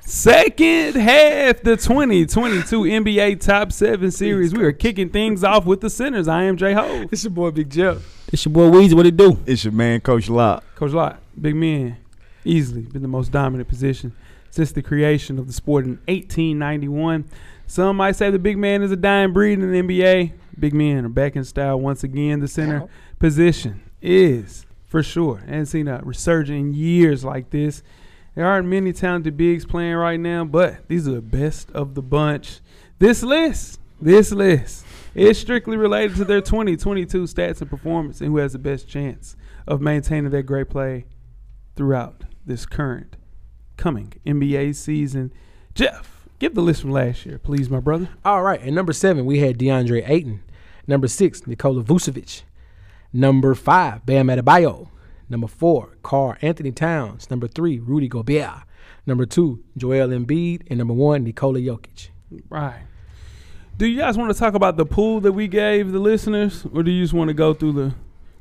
D: Second half, the 2022 NBA Top Seven Series. We are kicking things off with the centers. I am J Ho,
E: It's your boy Big Jeff.
F: This your boy Weezy. What it do?
G: It's your man, Coach Lock.
D: Coach Lot, big man, easily been the most dominant position since the creation of the sport in 1891. Some might say the big man is a dying breed in the NBA. Big men are back in style once again. The center position is for sure. I haven't seen a resurgence in years like this. There aren't many talented bigs playing right now, but these are the best of the bunch. This list, this list, is strictly related to their 2022 stats and performance and who has the best chance of maintaining their great play throughout this current coming NBA season. Jeff, give the list from last year, please, my brother.
E: All right. And number seven, we had DeAndre Ayton. Number six, Nikola Vucevic. Number five, Bam Adebayo. Number four, Carl Anthony Towns. Number three, Rudy Gobert. Number two, Joel Embiid. And number one, Nikola Jokic.
D: Right. Do you guys want to talk about the pool that we gave the listeners, or do you just want to go through the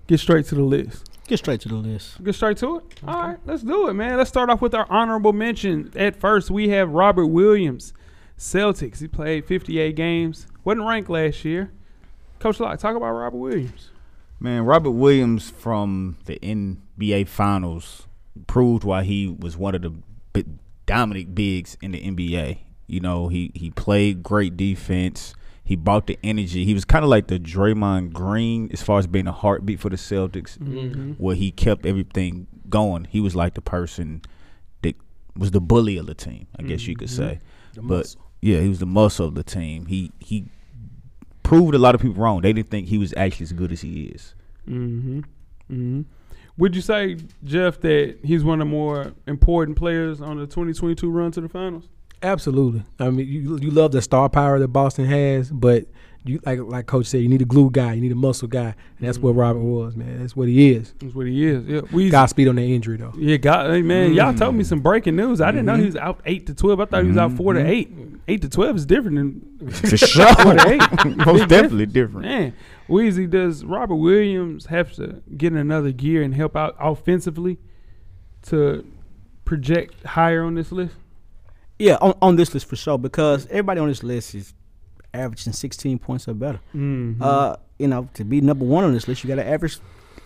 D: get straight to the list?
F: Get straight to the list.
D: Get straight to it. All right, let's do it, man. Let's start off with our honorable mention. At first, we have Robert Williams, Celtics. He played 58 games, wasn't ranked last year. Coach Locke, talk about Robert Williams.
G: Man, Robert Williams from the NBA Finals proved why he was one of the b- dominant bigs in the NBA. You know, he he played great defense. He brought the energy. He was kind of like the Draymond Green as far as being a heartbeat for the Celtics, where he kept everything going. He was like the person that was the bully of the team, I guess you could say. but yeah, he was the muscle of the team. He he proved a lot of people wrong. They didn't think he was actually as good as he is.
D: Mm-hmm. Mm-hmm. Would you say, Jeff, that he's one of the more important players on the 2022 run to the finals?
E: Absolutely. I mean, you you love the star power that Boston has, but you like like Coach said, you need a glue guy, you need a muscle guy, and that's what Robert was, man. That's what he is.
D: That's what he is. Yeah, we.
E: Godspeed on that injury though.
D: Yeah, God, hey man, y'all told me some breaking news. I didn't know he was out eight to twelve. I thought he was out four to eight. Eight to twelve is different than
G: For sure.
D: four to eight.
G: Most definitely different.
D: Man, Weezy, does Robert Williams have to get in another gear and help out offensively to project higher on this list?
F: Yeah, on, on this list for sure because everybody on this list is averaging 16 points or better. Uh, you know, to be number one on this list, you got to average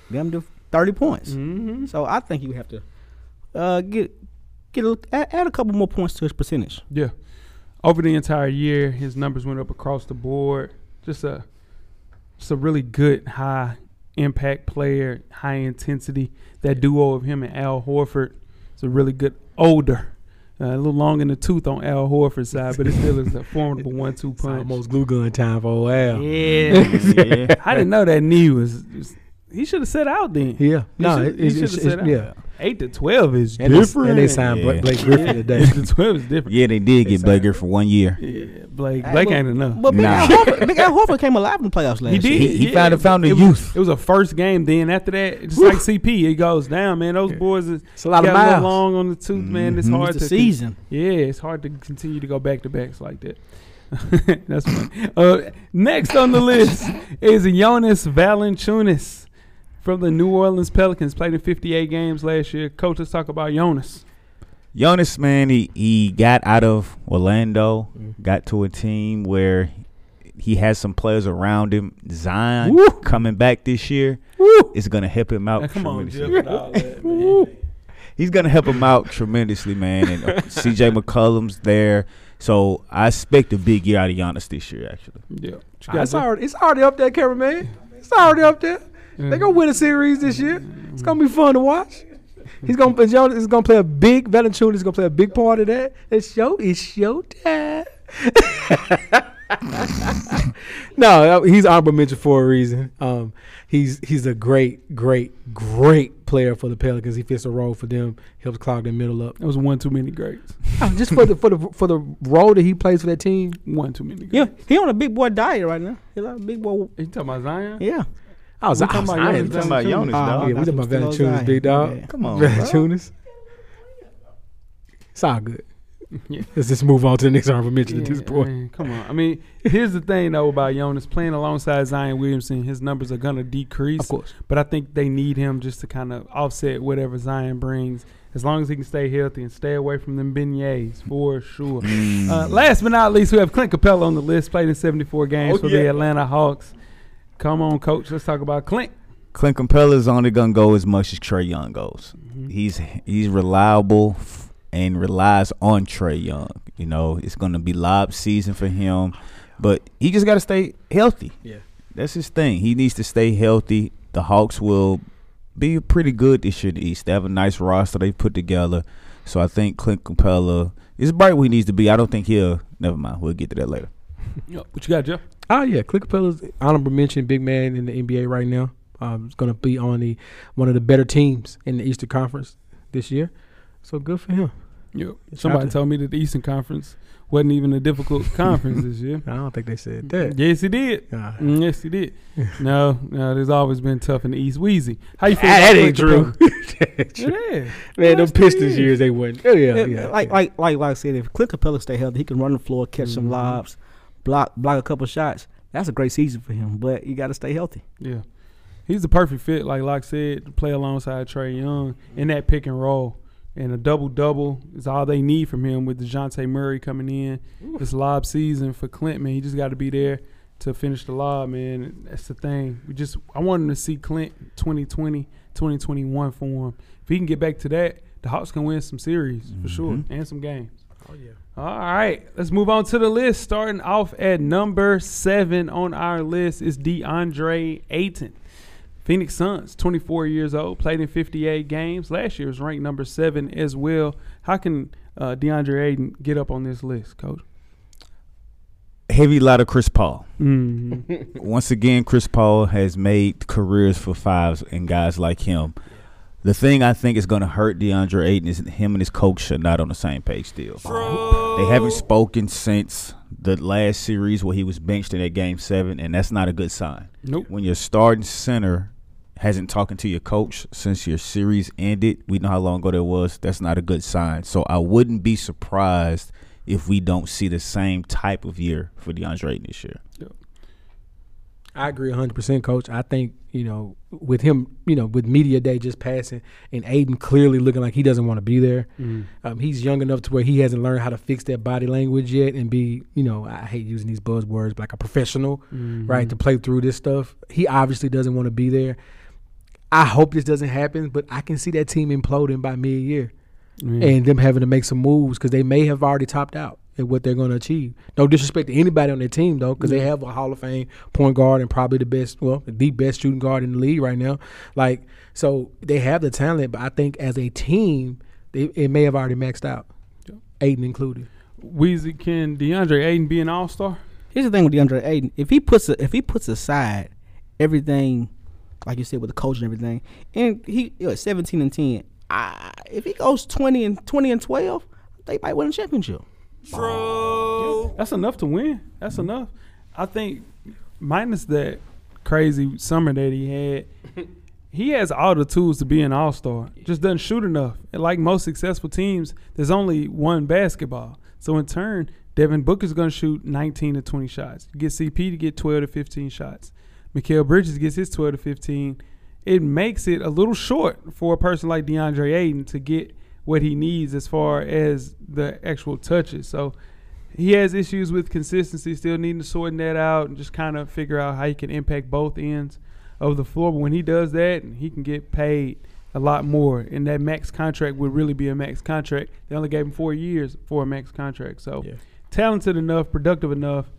F: them to 30 points.
D: Mm-hmm.
F: So I think you have to uh, get get a, add, add a couple more points to his percentage.
D: Yeah. Over the entire year, his numbers went up across the board. Just a just a really good high impact player, high intensity. That duo of him and Al Horford is a really good older. Uh, a little long in the tooth on Al Horford's side, but it still is a formidable one-two
E: It's
D: punch.
E: almost glue gun time for old Al. Yeah.
G: Yeah.
D: I didn't know that knee was. was- he should have set out then.
E: No,
D: should-
E: it,
D: he
E: it's-
D: should have
E: it's-
D: said
E: it's- yeah.
D: Eight to twelve is
E: And they,
D: different.
E: and they signed Bla-
G: Yeah.
E: Blake Griffin today.
D: Eight to twelve is different.
G: Yeah, they did get
E: They
G: Blake Griffin one year.
D: Yeah, Blake,
F: Hey,
D: Blake
F: but-
D: ain't enough.
F: But Big
G: Nah.
F: Al Horford, Big Al Horford came alive in the playoffs last
D: He did.
F: year.
G: He, he
D: yeah.
G: found found the
D: It was-
G: youth.
D: It was a first game. Then after that, just like CP, it goes down. Man, those boys is
E: It's a lot of
D: got little
E: miles.
D: long on the tooth. Man, it's
G: Mhm.
D: hard
F: Mm-hmm. It's the
D: to
F: season.
D: Yeah, it's hard to continue to go back to backs like that. That's funny. Uh, next on the list is Jonas Valanciunas from the New Orleans Pelicans. Played in 58 games last year. Coach, let's talk about Jonas.
G: Jonas, man, he, he got out of Orlando,
D: Mm.
G: got to a team where he has some players around him. Zion
D: Woo.
G: coming back this year
D: Woo!
G: is going to help him out.
D: Now, come on, Jeff.
G: tremendously.
D: with all that, man.
G: He's going to help him out tremendously, man. And uh, CJ McCollum's there. So I expect a big year out of Giannis this year, actually.
D: Yeah. What you
E: It's
D: guys up?
E: already, it's already up there, cameraman. It's already up there. They're gonna win a series this year. It's gonna be fun to watch. He's gonna Jonas is gonna play a big Valanciunas is gonna play a big part of that. It's show it's showtime. no, uh, he's honorable mention for a reason. Um, he's he's a great, great, great player for the Pelicans. He fits a role for them. Helps clog their middle up.
D: That was one too many greats.
E: Oh, just for the for the for the role that he plays for that team.
D: One too many greats.
F: Yeah, he on a big boy diet right now. He like a big boy.
D: You talking about Zion?
F: Yeah.
E: I was,
D: We
E: I
D: talking
E: was,
D: about
E: I
D: Jonas
E: am-
D: Valanciunas.
G: Jonas,
F: Ah,
E: Oh,
G: dog.
E: yeah, we
F: thought
E: talking
F: you
E: about
F: was still
E: Valanciunas,
F: on
E: big
F: Zion.
E: dog.
F: Yeah.
G: Come on, bro.
E: Valanciunas. It's all good.
D: Yeah.
E: Let's just move on to the next honorable mention at this
D: Yeah,
E: point.
D: man, come on. I mean, here's the thing though about Jonas playing alongside Zion Williamson, his numbers are gonna decrease.
E: Of course.
D: But I think they need him just to kind of offset whatever Zion brings. As long as he can stay healthy and stay away from them beignets, for sure. Uh, last but not least, we have Clint Capella on the list, played in 74 games
E: Oh,
D: for the
E: yeah.
D: Atlanta Hawks. Come on, coach. Let's talk about Clint.
G: Clint Capella's only gonna go as much as Trey Young goes. He's he's reliable f- and relies on Trey Young. You know, it's gonna be live season for him, but he just gotta stay healthy.
E: Yeah.
G: that's his thing. He needs to stay healthy. The Hawks will be pretty good this year. In the East, they have a nice roster they put together. So I think Clint Capella is right where he needs to be. I don't think he'll. Never mind. We'll get to that later.
D: What you got, Jeff?
E: Oh yeah, Click Capella's honorable mention, big man in the NBA right now. Um, is going to be on the one of the better teams in the Eastern Conference this year. So good for him.
D: Yep.
E: Somebody
D: Somebody told me that the Eastern Conference wasn't even a difficult conference this year.
E: I don't think they said that.
D: Yes, it did.
E: Nah. Ah,
D: Mm, yes, he did. no, no, there's always been tough in the East. Wheezy, how you feel?
E: Ah, That
D: about
E: ain't true.
D: Clint
E: That ain't
D: Capella?
E: true.
D: It is.
E: Man, them
D: Yes, it
E: Pistons
D: is.
E: years they went. Oh yeah, yeah. Mm-hmm.
F: like, like, like, like I said, if Clint Capella stay healthy, he can run the floor, catch some lobs, block, block a couple shots. That's a great season for him. But you got to stay healthy.
D: Yeah, he's the perfect fit. Like Locke said, to play alongside Trey Young in that pick and roll, and a double double is all they need from him. With Dejounte Murray coming in, it's lob season for Clint. Man, he just got to be there to finish the lob. Man, that's the thing. We just I want him to see Clint 2020, 2021 form. If he can get back to that, the Hawks can win some series for sure
E: Mm-hmm.
D: and some games.
E: oh yeah.
D: All right, let's move on to the list. Starting off at number seven on our list is DeAndre Ayton. Phoenix Suns, 24 years old, played in 58 games. Last year was ranked number seven as well. How can uh, DeAndre Ayton get up on this list, coach?
G: Heavy lot of Chris Paul.
D: Mm-hmm.
G: once again, Chris Paul has made careers for fives and guys like him. The thing I think is going to hurt DeAndre Ayton is that him and his coach are not on the same page still. They haven't spoken since the last series where he was benched in that game seven, and that's not a good sign.
D: Nope.
G: When your starting center hasn't talking to your coach since your series ended, we know how long ago that was. That's not a good sign. So I wouldn't be surprised if we don't see the same type of year for DeAndre Ayton this year.
E: I agree 100%, coach. I think, you know, with him, you know, with media day just passing and Aiden clearly looking like he doesn't want to be there. Um, he's young enough to where he hasn't learned how to fix that body language yet and be, you know, I hate using these buzzwords, but like a professional, right, to play through this stuff. He obviously doesn't want to be there. I hope this doesn't happen, but I can see that team imploding by mid year and them having to make some moves because they may have already topped out at what they're going to achieve. No disrespect to anybody on their team though, because they have a Hall of Fame point guard and probably the best, well, the best shooting guard in the league right now. Like, so they have the talent, but I think as a team, they, it may have already maxed out, Aiden included.
D: Weezy, can DeAndre Ayton be an all star?
F: Here's the thing with DeAndre Aiden. If he puts a, if he puts aside everything, like you said with the coach and everything, and he you know, 17 and 10, I, if he goes twenty and twenty and twelve, they might win a championship.
D: That's enough to win. That's enough. I think minus that crazy summer that he had, he has all the tools to be an all star. Just doesn't shoot enough. And like most successful teams, there's only one basketball. So in turn, Devin Booker's gonna shoot 19 to 20 shots. You get CP to get 12 to 15 shots. Mikael Bridges gets his 12 to 15. It makes it a little short for a person like DeAndre Ayton to get what he needs as far as the actual touches. So he has issues with consistency, still needing to sort that out and just kind of figure out how he can impact both ends of the floor. But when he does that, he can get paid a lot more. And that max contract would really be a max contract. They only gave him four years for a max contract. So
E: Yeah.
D: talented enough, productive enough,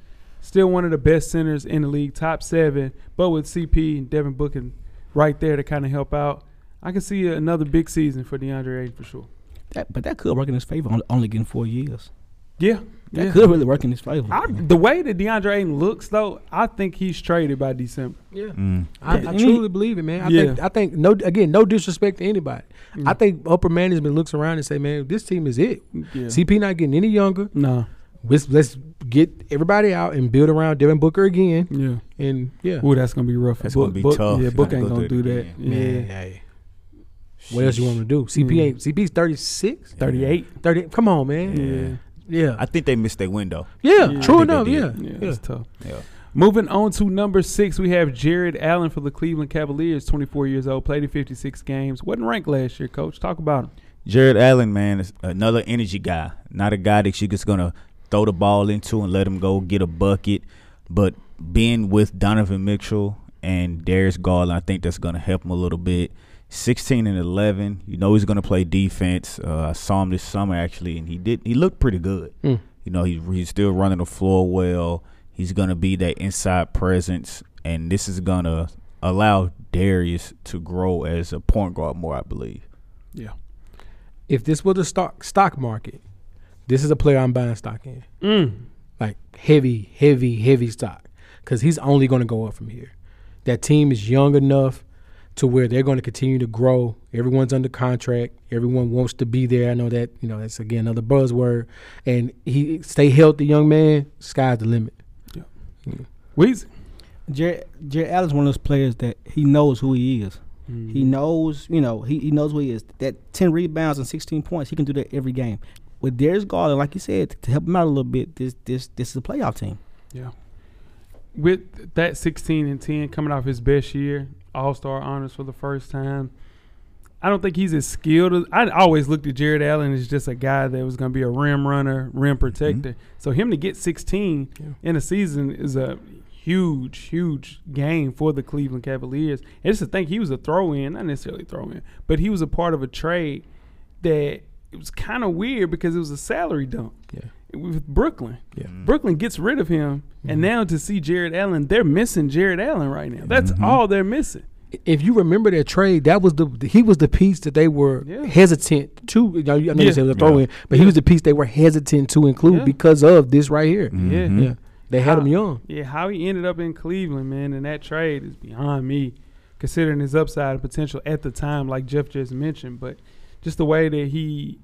D: still one of the best centers in the league, top seven. But with CP and Devin Booker right there to kind of help out, I can see another big season for DeAndre Ayton for sure.
F: That, but that could work in his favor. on- Only getting four years.
D: Yeah.
F: That
D: yeah.
F: could really work in his favor.
D: I, the way that DeAndre Ayton looks, though, I think he's traded by December.
E: Yeah.
G: Mm.
E: I,
F: Yeah.
E: I truly believe it, man. I
D: Yeah.
E: think I think no again, no disrespect to anybody. I think upper management looks around and say, man, this team is it.
D: Yeah.
E: CP not getting any younger.
D: No.
E: Let's let's get everybody out and build around Devin Booker again.
D: Yeah.
E: And yeah,
D: Ooh, that's gonna be rough.
G: That's
D: Book-
G: gonna be
D: Book-
G: tough.
D: Yeah,
G: He's
D: Book
G: gonna
D: ain't
G: go
D: gonna do
G: through it
D: that.
G: again.
E: man,
D: Yeah.
E: hey. What else you want him to do? CP
D: Yeah.
E: ain't CP's 36,
D: Thirty-eight.
E: 30. Come on, man.
G: Yeah.
E: Yeah.
G: I think they missed their window.
E: yeah,
D: I think
E: true
G: they
E: enough.
G: did.
E: Yeah.
D: Yeah,
E: Yeah.
D: that's tough.
G: Yeah.
D: Moving on to number six, we have Jared Allen for the Cleveland Cavaliers, 24 years old, played in 56 games, wasn't ranked last year. Coach, talk about him.
G: Jared Allen, man, is another energy guy. Not a guy that you just gonna throw the ball into and let him go get a bucket. But being with Donovan Mitchell and Darius Garland, I think that's gonna help him a little bit. 16 and 11, you know he's gonna play defense. Uh, I saw him this summer actually, and he did. He looked pretty good. You know he's he's still running the floor well. He's gonna be that inside presence, and this is gonna allow Darius to grow as a point guard more, I believe.
D: Yeah.
E: If this was the stock stock market, this is a player I'm buying stock in.
D: Mm.
E: like heavy, heavy, heavy stock because he's only going to go up from here. That team is young enough to where they're going to continue to grow. Everyone's under contract. Everyone wants to be there. I know that you know that's again another buzzword. And he stay healthy, young man. Sky's the limit.
D: Weezy.
F: Jared, Jared Allen's one of those players that he knows who he is. He knows, you know, he, he knows who he is. That 10 rebounds and 16 points, he can do that every game. With Darius Garland, like you said, to help him out a little bit, this this this is a playoff team.
D: Yeah. With that 16 and 10 coming off his best year, All Star honors for the first time. I don't think he's as skilled. As, I always looked at Jared Allen as just a guy that was going to be a rim runner, rim protector. So him to get 16 in a season is a huge, huge game for the Cleveland Cavaliers. And just to think he was a throw in, not necessarily throw in, but he was a part of a trade that it was kind of weird because it was a salary dump
E: Yeah.
D: with Brooklyn.
E: Yeah.
D: Brooklyn gets rid of him, and now to see Jared Allen, they're missing Jared Allen right now. That's all they're missing.
E: If you remember that trade, that was the he was the piece that they were
D: Yeah.
E: hesitant to. I know
D: Yeah.
E: you said it was a throw in, but he was the piece they were hesitant to include
D: Yeah.
E: because of this right here.
D: Yeah.
E: Yeah, they had him young.
D: Yeah, how he ended up in Cleveland, man, and that trade is beyond me, considering his upside and potential at the time, like Jeff just mentioned. But just the way that he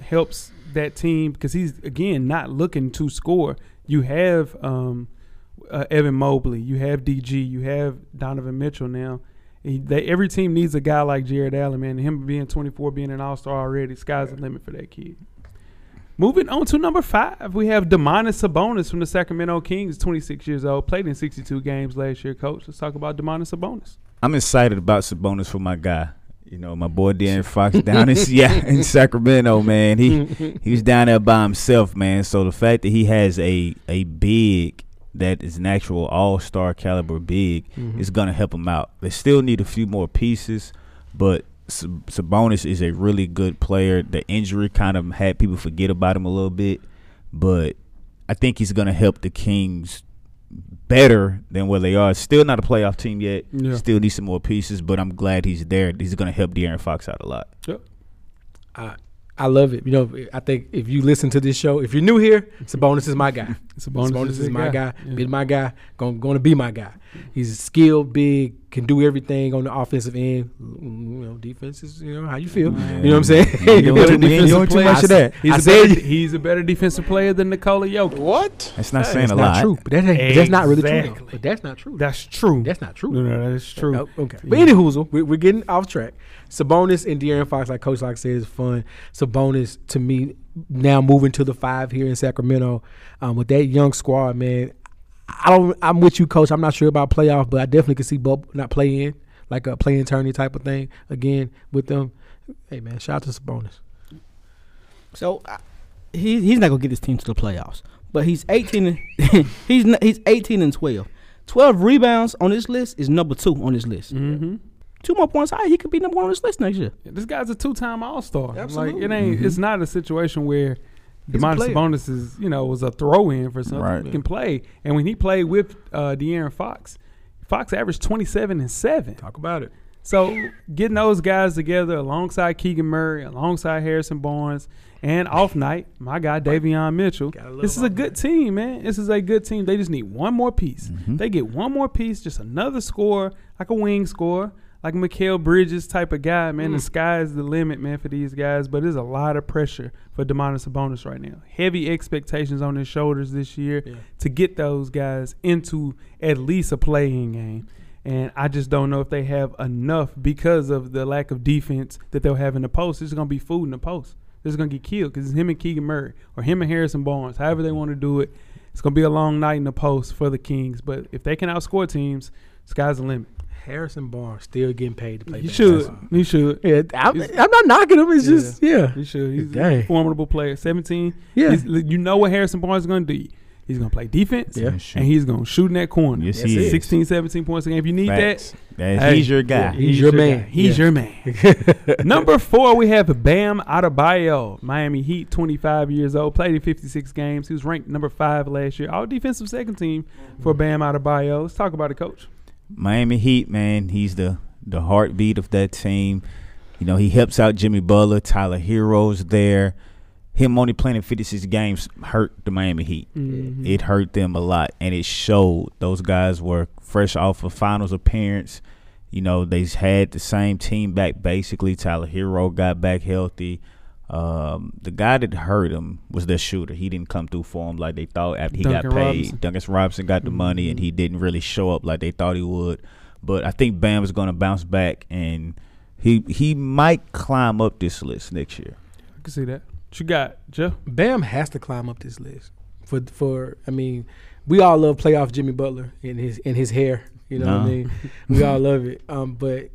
D: helps that team, because he's again not looking to score. You have um, uh, Evan Mobley, you have DG, you have Donovan Mitchell now. He, they, every team needs a guy like Jared Allen, man. Him being 24, being an All Star already, sky's the limit for that kid. Moving on to number five, we have Demonis Sabonis from the Sacramento Kings, 26 years old, played in 62 games last year. Coach, let's talk about Demonis Sabonis.
G: I'm excited about Sabonis for my guy. You know, my boy Darren Fox down in yeah in Sacramento, man. He he was down there by himself, man. So the fact that he has a a big that is an actual all star caliber big is gonna help him out. They still need a few more pieces, but Sab- Sabonis is a really good player. The injury kind of had people forget about him a little bit, but I think he's gonna help the Kings better than where they are. Still not a playoff team yet.
D: Yeah.
G: Still need some more pieces, but I'm glad he's there. He's going to help De'Aaron Fox out a lot.
D: Yep.
E: I I love it. You know, I think if you listen to this show, if you're new here, Sabonis is my guy.
D: Sabonis,
E: Sabonis is,
D: that
E: my guy.
D: Yeah.
E: Been my guy. Going going to be my guy. He's skilled, big, can do everything on the offensive end. Mm, You know, defense is you know how you feel. You know what I'm saying?
G: ain't doing too-
E: You
G: you ain't
E: doing too much of that.
D: He's,
E: I
D: a
E: said
D: better, he's a better defensive player than Nikola Jokic.
B: What?
G: That's not saying
E: that's
G: a
E: not
G: lot.
E: true. But that ain't, but that's not really true.
D: Exactly.
E: though. But that's not true.
D: That's true.
E: that's not true.
D: no, no, that is true.
E: Oh, okay. But anywhoozle, we, we're getting off track. Sabonis and De'Aaron Fox, like Coach Lock said, is fun. Sabonis to me now moving to the five here in Sacramento um, with that young squad, man. I don't. I'm with you, Coach. I'm not sure about playoff, but I definitely could see Bob not play in like a play in tourney type of thing again with them. Hey man, shout out to Sabonis.
F: So I he he's not gonna get this team to the playoffs. But he's eighteen. And he's not, he's eighteen and twelve. Twelve rebounds on this list is number two on this list.
D: Mm-hmm.
F: Two more points higher, he could be number one on this list next year.
D: This guy's a two-time All-Star.
E: Absolutely.
D: Like it ain't. It's not a situation where
E: a
D: Demontis
E: player.
D: Sabonis is you know was a throw-in for something.
G: Right.
D: He can play, and when he played with uh, De'Aaron Fox, Fox averaged twenty-seven and seven.
E: Talk about it.
D: So getting those guys together alongside Keegan Murray, alongside Harrison Barnes, and off night, my guy Davion Mitchell.
E: Gotta love
D: This is a
E: off
D: good team, man. This is a good team. They just need one more piece. They get one more piece, just another score, like a wing score, like Mikael Bridges type of guy, man. The sky's the limit, man, for these guys. But there's a lot of pressure for Demonis Sabonis right now. Heavy expectations on his shoulders this year to get those guys into at least a playing game. And I just don't know if they have enough because of the lack of defense that they'll have in the post. It's going to be food in the post. They're just going to get killed because it's him and Keegan Murray or him and Harrison Barnes, however they want to do it. It's going to be a long night in the post for the Kings. But if they can outscore teams, sky's the limit.
E: Harrison Barnes still getting paid to play.
D: He
E: basketball.
D: should. He should.
E: Yeah, I'm, I'm not knocking him. It's
D: Yeah.
E: just yeah.
D: He should. He's
E: Dang.
D: a formidable player. 17.
E: Yeah.
D: He's- you know what Harrison Barnes is going to do. He's going to play defense
E: Yeah.
D: and he's going to shoot in that corner.
G: Yes,
E: Yes,
G: he
E: it
G: is.
D: 16, 17 points a game. If you need that,
G: Facts. That-
D: Hey.
G: he's your guy.
E: He's your man.
D: guy. He's
E: Yeah.
D: your man. Number four, we have Bam Adebayo, Miami Heat, 25 years old, played in 56 games. He was ranked number five last year. All defensive second team for Bam Adebayo. Let's talk about the coach.
G: Miami Heat, man, he's the the heartbeat of that team. You know, he helps out Jimmy Butler, Tyler Heroes there. Him only playing in 56 games hurt the Miami Heat. It hurt them a lot, and it showed. Those guys were fresh off a finals appearance. You know, they had the same team back basically. Tyler Hero got back healthy. Um, the guy that hurt him was their shooter. He didn't come through for him like they thought after he
D: Duncan
G: got paid.
D: Robinson. Mm-hmm.
G: Duncan Robinson got the money and he didn't really show up like they thought he would. But I think Bam is going to bounce back and he he might climb up this list next year.
D: I can see that. What you got, Jeff?
E: Bam has to climb up this list. For for I mean, we all love playoff Jimmy Butler and his and his hair. You know what I
G: No.
E: mean? We all love it. Um, but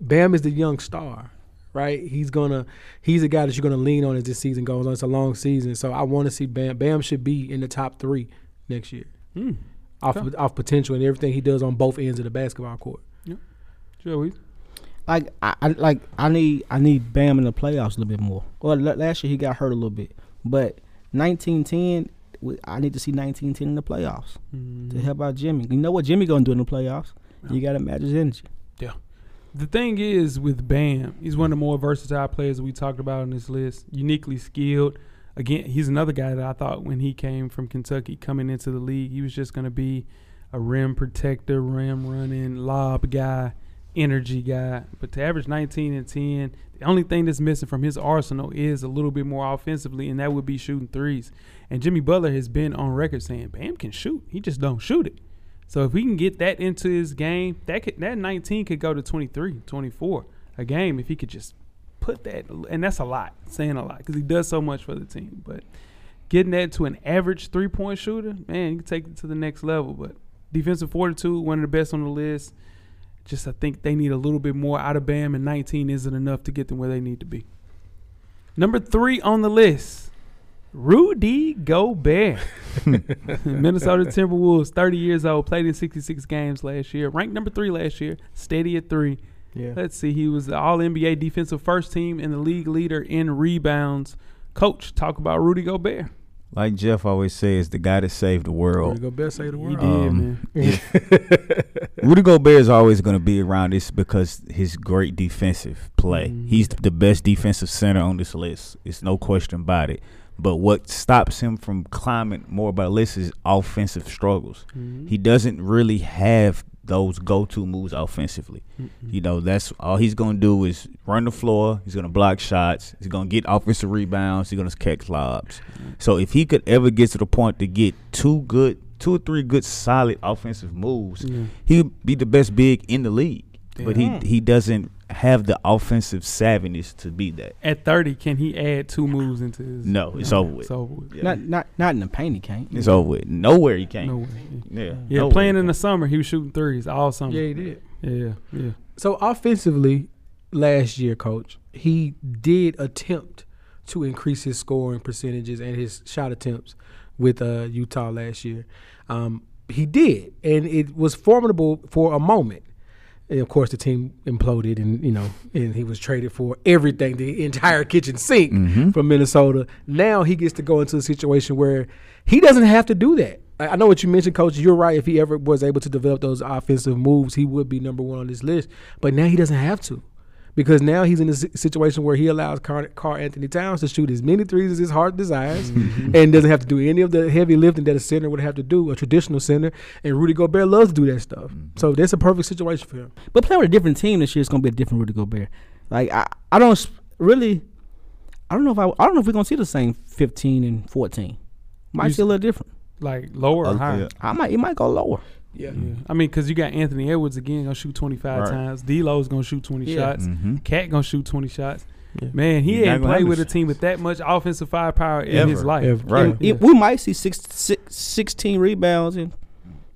E: Bam is the young star, right? He's gonna he's a guy that you're gonna lean on as this season goes on. It's a long season, so I want to see Bam. Bam should be in the top three next year,
D: Hmm.
E: off off potential and everything he does on both ends of the basketball court.
D: Joey?
F: Like I, I like I need I need Bam in the playoffs a little bit more. Well, la- last year he got hurt a little bit, but nineteen ten, I need to see nineteen ten in the playoffs
D: Mm-hmm.
F: to help out Jimmy. You know what Jimmy gonna do in the playoffs? You gotta match his energy.
D: The thing is with Bam, he's one of the more versatile players we talked about on this list. Uniquely skilled. Again, he's another guy that I thought when he came from Kentucky coming into the league, he was just going to be a rim protector, rim running, lob guy, energy guy. But to average 19 and 10, the only thing that's missing from his arsenal is a little bit more offensively, and that would be shooting threes. And Jimmy Butler has been on record saying Bam can shoot, he just don't shoot it. So if we can get that into his game, that could, that 19 could go to 23, 24 a game if he could just put that and that's a lot, saying a lot cuz he does so much for the team, but getting that to an average three-point shooter, man, you can take it to the next level, but defensive fortitude, one of the best on the list. Just I think they need a little bit more out of Bam and 19 isn't enough to get them where they need to be. Number 3 on the list, Rudy Gobert. Minnesota Timberwolves, 30 years old, played in 66 games last year, ranked number three last year, steady at three.
E: Yeah.
D: Let's see, he was the All NBA defensive first team and the league leader in rebounds. Coach, talk about Rudy Gobert.
G: Like Jeff always says, the guy that saved the
E: There you
G: world.
E: go, best say
D: He
E: the world.
D: did,
G: Um,
D: man.
G: Rudy Gobert is always going to be around this because his great defensive play. He's the best defensive center on this list. It's no question about it. But what stops him from climbing more by the list is offensive struggles. He doesn't really have those go-to moves offensively. You know, that's all he's going to do is run the floor. He's going to block shots. He's going to get offensive rebounds. He's going to catch lobs. So if he could ever get to the point to get two good, two or three good solid offensive moves, he'd be the best big in the league. But he he doesn't have the offensive savviness to be that.
D: At 30, can he add two moves into his?
G: No, it's over with.
D: It's over with.
F: Not not not in the paint. He can't.
G: It's over with. Nowhere he came.
D: No way.
G: Yeah.
D: Yeah,
G: nowhere
D: playing
G: he
D: in the
G: came.
D: summer, he was shooting threes all summer.
E: Yeah, he did.
D: Yeah, yeah.
E: So offensively, last year, coach, he did attempt to increase his scoring percentages and his shot attempts with uh, Utah last year. Um, he did, and it was formidable for a moment. And of course, the team imploded, and you know, and he was traded for everything, the entire kitchen sink
D: Mm-hmm.
E: from Minnesota. Now he gets to go into a situation where he doesn't have to do that. I I know what you mentioned, Coach. You're right. If he ever was able to develop those offensive moves, he would be number one on this list. But now he doesn't have to because now he's in a si- situation where he allows Car, Car Anthony Towns to shoot as many threes as his heart desires and doesn't have to do any of the heavy lifting that a center would have to do, a traditional center. And Rudy Gobert loves to do that stuff. So that's a perfect situation for him.
F: But playing with a different team this year is gonna be a different Rudy Gobert. Like I, I don't s- really, I don't know if I, I don't know if we're gonna see the same fifteen and fourteen. Might
D: You
F: see a little different.
D: Like lower or
G: Uh,
D: higher.
G: yeah.
F: I might it might go lower.
E: Yeah.
D: I mean, because you got Anthony Edwards again gonna shoot twenty five
G: Right.
D: times. D'Lo's gonna shoot twenty
E: Yeah.
D: shots.
G: Mhm.
D: Cat gonna shoot twenty shots.
E: Yeah.
D: Man, he
G: He's not
D: ain't
G: gonna
D: played
G: have
D: with
G: no
D: a team with that much offensive firepower in
G: Ever.
D: his life.
E: Ever.
G: Right.
F: It- we might see six, six, 16 rebounds and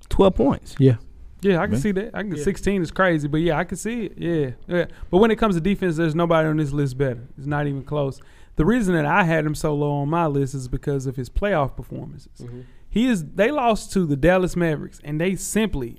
F: twelve points.
E: Yeah.
D: Yeah, I can
G: Man.
D: see that. I can.
E: Yeah.
D: Sixteen is crazy, but yeah, I can see it. Yeah, yeah. But when it comes to defense, there's nobody on this list better. It's not even close. The reason that I had him so low on my list is because of his playoff performances.
E: Mm-hmm.
D: He is. They lost to the Dallas Mavericks, and they simply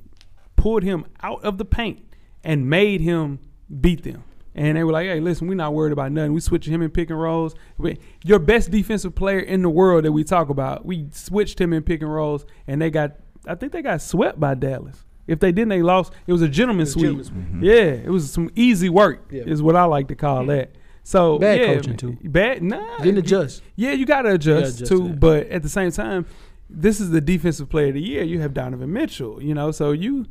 D: pulled him out of the paint and made him beat them. And they were like, "Hey, listen, we're not worried about nothing. We switching him in pick and rolls. We- your best defensive player in the world that we talk about, we switched him in pick and rolls, and they got. I think they got swept by Dallas. If they didn't, they lost. It was a gentleman's sweep.
E: gentleman's
D: Yeah, it was some easy work,
E: Yeah.
D: is what I like to call that. So
E: Bad
D: yeah,
E: coaching, too.
D: Bad, nah.
E: Didn't adjust.
D: Yeah, you gotta adjust,
E: adjust
D: too.
E: that.
D: But at the same time, this is the defensive player of the year. You have Donovan Mitchell, you know, so you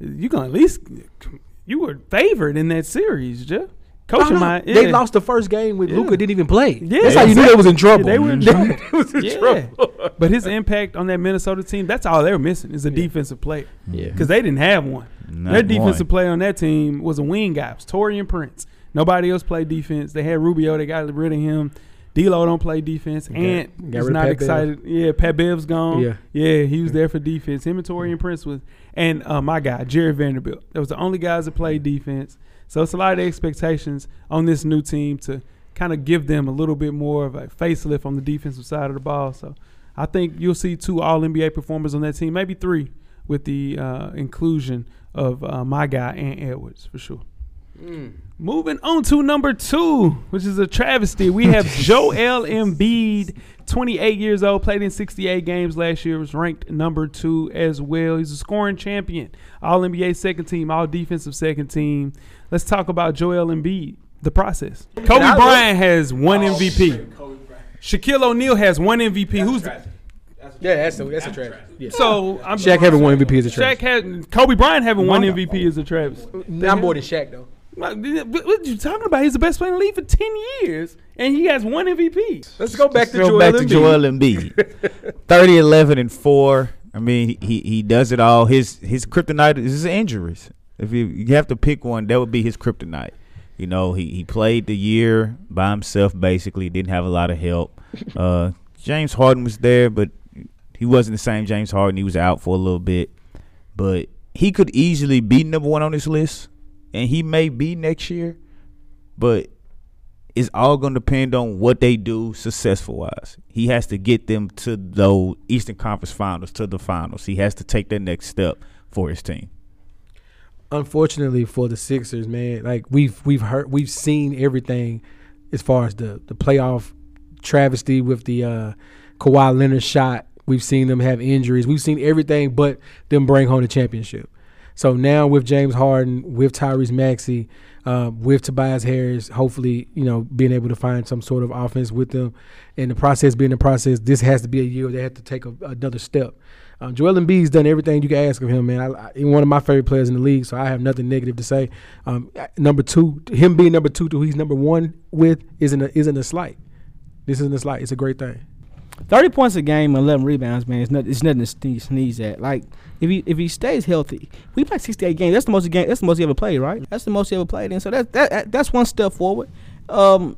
D: you gonna at least you were favored in that series, Jeff. Coaching
E: Oh, No, no,
D: mind,
E: They
D: yeah.
E: lost the first game with
D: Yeah.
E: Luca didn't even play.
D: Yeah,
E: That's how you knew they was in trouble.
D: They were in trouble.
E: They was in
D: Yeah.
E: trouble.
D: but his impact on that Minnesota team, that's all they were missing is a defensive player.
E: Yeah.
D: Because they didn't have one.
G: Not
D: Their defensive
G: one.
D: player on that team was a wing guy, it was Torian Prince. Nobody else played defense. They had Rubio, they got rid of him. D'Lo don't play defense. and
E: rid
D: is
E: of
D: not
E: Pat Bev.
D: excited. Yeah, Pat Bev's gone.
E: Yeah.
D: yeah, he was there for defense. Him and Torian Prince was, and uh, my guy Jerry Vanderbilt. That was the only guys that played defense. So it's a lot of expectations on this new team to kind of give them a little bit more of a facelift on the defensive side of the ball. So I think you'll see two All NBA performers on that team, maybe three, with the uh, inclusion of uh, my guy and Edwards for sure. Moving on to number two, which is a travesty. We have Joel Embiid, 28 years old, played in 68 games last year, was ranked number two as well. He's a scoring champion, all NBA second team, all defensive second team. Let's talk about Joel Embiid, the process. Kobe
E: I look- Oh,
D: Bryant has one MVP. Shaquille O'Neal has one MVP. Who's the,
E: Yeah, that's a, that's a trash. Yeah.
D: so? I'm
E: Shaq having one MVP is a
D: Shaq
E: trash.
D: had Kobe Bryant having one MVP is a travesty.
E: Not more than Shaq though.
D: My- What what you talking about? He's the best player in the league for ten years, and he has one MVP.
E: Let's go back to
G: Let's go
E: Joel
G: back to
E: Embiid.
G: Joel Embiid. 30, 11, and 4. I mean, he, he does it all. His his kryptonite is his injuries. If you, you have to pick one, that would be his kryptonite. You know, he, he played the year by himself, basically, didn't have a lot of help. Uh, James Harden was there, but he wasn't the same James Harden. He was out for a little bit. But he could easily be number one on this list, and he may be next year. But it's all going to depend on what they do successful wise. He has to get them to the Eastern Conference Finals, to the finals. He has to take that next step for his team.
E: unfortunately for the Sixers, man, like we've we've heard we've seen everything as far as the the playoff travesty with the uh Kawhi Leonard shot. We've seen them have injuries. We've seen everything but them bring home the championship. So now with James Harden, with Tyrese Maxey, uh, with Tobias Harris. Hopefully, you know, being able to find some sort of offense with them. And the process being the process, this has to be a year where they have to take a, another step. Um, Joel Embiid's done everything you can ask of him, man. I, I, he's one of my favorite players in the league, so I have nothing negative to say. Um, number two, him being number two to who he's number one with isn't a, isn't a slight. This isn't a slight. It's a great thing.
F: Thirty points a game, eleven rebounds, man. It's nothing. It's nothing to sneeze, sneeze at. Like if he if he stays healthy, we play sixty eight games. That's the most game. That's the most he ever played, right? That's the most he ever played. And so that that that's one step forward. Um,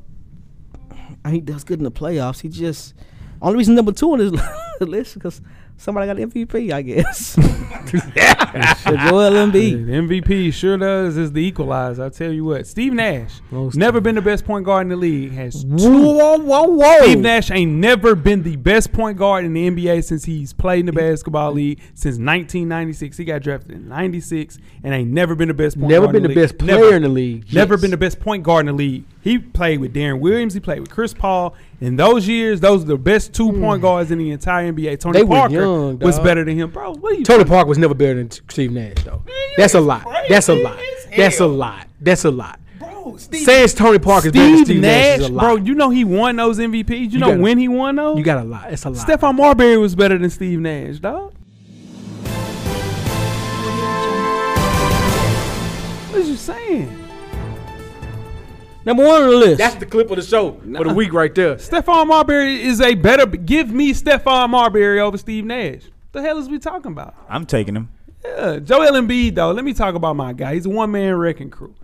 F: and he does good in the playoffs. He just only reason number two on his list because somebody got MVP, I guess. So Joel
D: The
F: Embiid.
D: MVP sure does is the equalizer. I tell you what, Steve Nash
E: Most
D: never been the best point guard in the league. Has
E: Whoa, whoa, whoa, whoa!
D: Steve Nash ain't never been the best point guard in the NBA since he's played in the basketball league since 1996. He got drafted in 96 and ain't never been the best point
E: Never
D: guard in
E: been the
D: league.
E: best player
D: Never.
E: in the league.
D: Never
E: Yes.
D: been the best point guard in the league. He played with Darren Williams. He played with Chris Paul. In those years, those are the best two point guards in the entire NBA. Tony
E: Hmm. They were
D: Parker
E: young,
D: was
E: dog.
D: better than him, bro. What are you?
E: Tony Park was never better than Steve Nash, though. That's a lot. That's a lot. That's a lot. That's a lot.
D: bro, Steve,
E: Saying Tony Park is better than
D: Steve
E: Steve Nash,
D: Nash,
E: is a lot.
D: bro. You know he won those MVPs. You, know
E: gotta-
D: when he won those.
E: you got a lot. It's a lot.
D: Stephon Marbury was better than Steve Nash, dog. What you saying?
F: Number one on the list.
E: That's the clip of the show for the week right there.
D: Stephon Marbury is a better. Give me Stephon Marbury over Steve Nash. The hell is we talking about?
G: I'm taking him.
D: Yeah, Joel Embiid though. Let me talk about my guy. He's a one man wrecking crew.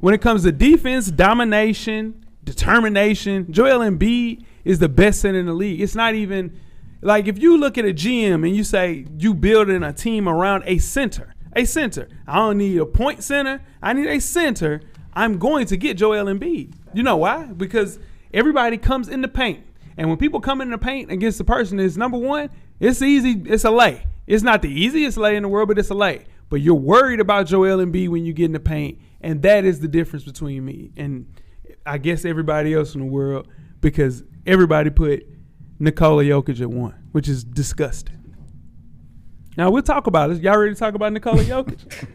D: When it comes to defense, domination, determination, Joel Embiid is the best center in the league. It's not even like if you look at a GM and you say you building a team around a center, a center. I don't need a point center. I need a center. I'm going to get Joel Embiid. You know why? Because everybody comes in the paint. And when people come in the paint against the person that's number one, it's easy. It's a lay. It's not the easiest lay in the world, but it's a lay. But you're worried about Joel Embiid when you get in the paint, and that is the difference between me and I guess everybody else in the world because everybody put Nikola Jokic at one, which is disgusting. Now we'll talk about this. Y'all ready to talk about Nikola Jokic?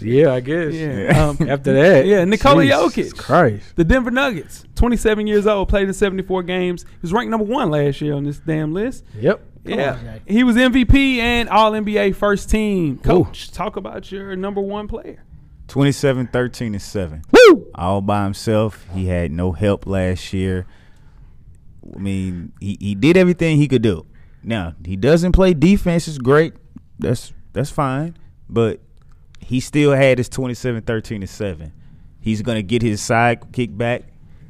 E: Yeah, I guess.
D: yeah. Um,
E: After that,
D: Yeah, Nikola
E: Jesus
D: Jokic.
E: Christ.
D: The Denver Nuggets, 27 years old, played in 74 games. He was ranked number one last year on this damn list.
E: Yep.
D: Yeah, he was MVP and All NBA first team. Coach, talk about your number one player.
G: 27, 13, and 7.
E: Woo!
G: All by himself. He had no help last year. I mean, he, he did everything he could do. Now, he doesn't play defense is great. That's that's fine. But he still had his 27, 13, and 7. He's going to get his side kick back,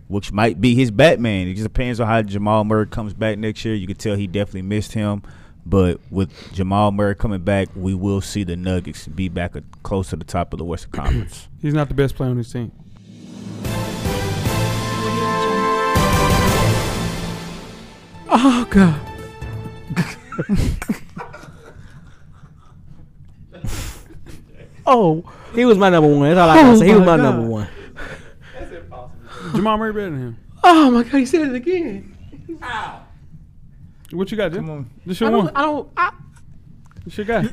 G: which might be his Batman. It just depends on how Jamal Murray comes back next year. You can tell he definitely missed him. But with Jamal Murray coming back, we will see the Nuggets be back at, close to the top of the Western Conference.
D: He's not the best player on his team.
E: Oh God.
F: oh, he was my number one. That's all I
E: Oh
F: gotta say. He was
E: my
F: my
E: God.
F: number one.
D: Jamal Murray better than him.
E: Oh my God. He said it again.
D: What you got, Jim?
G: Come on.
D: This
E: I
D: your
E: don't.
D: one.
E: I don't I,
D: This your guy.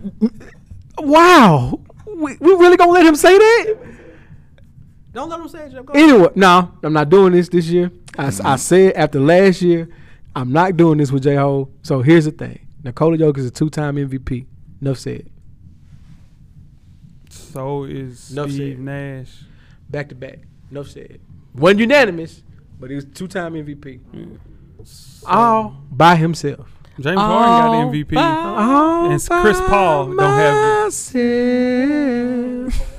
E: wow. We, we really gonna let him say that?
F: Don't let him say it, Jeff. Go
E: Anyway, no, I'm not doing this this year. I, s-
D: Mm-hmm.
E: I said after last year, I'm not doing this with J Ho. So here's the thing: Nikola Jokic is a two-time MVP. Enough said.
D: So is
E: Enough
D: Steve
E: said.
D: Nash.
E: Back to back. Enough said. Wasn't unanimous, but he was two-time MVP.
D: Mm.
E: All by himself.
D: James Harden got the MVP.
E: All
D: And Chris Paul don't have it.
E: myself.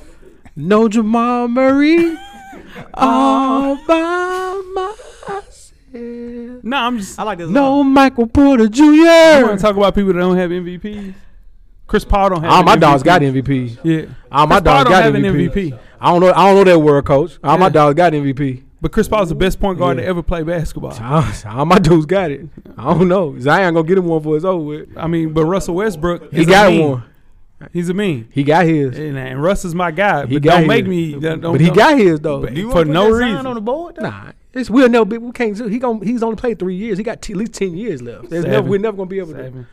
E: No Jamal Murray. All by myself.
D: No, I'm just.
F: I like this.
E: No Michael Porter
D: You want
E: Jr.
D: to talk about people that don't have MVPs? Chris Paul don't have.
E: All my
D: an
E: dogs
D: MVP.
E: got MVP.
D: Yeah.
E: All my
D: Chris Paul
E: dogs
D: don't
E: got
D: have an
E: MVP.
D: MVP.
E: I don't know. I don't know that word, coach. All my
D: Yeah.
E: dogs got MVP.
D: But Chris Paul's the best point guard
E: Yeah.
D: to ever play basketball.
E: All, all my dudes got it. I don't know. Zion gonna get him one for his over with.
D: I mean, but Russell Westbrook.
E: He
D: is a
E: got
D: meme.
E: one.
D: He's a mean.
E: He got his.
D: And, and Russ is my guy.
E: He
D: but
E: got
D: don't
E: his.
D: make me. Don't,
E: but he
D: don't-
E: got his though.
D: But for no reason. On the board,
E: Nah, it's we'll never be. We can't. do- He gon' He's only played three years. He got t- at least ten years left. There's never,
D: Seven.
E: we're never gonna be able
D: seven.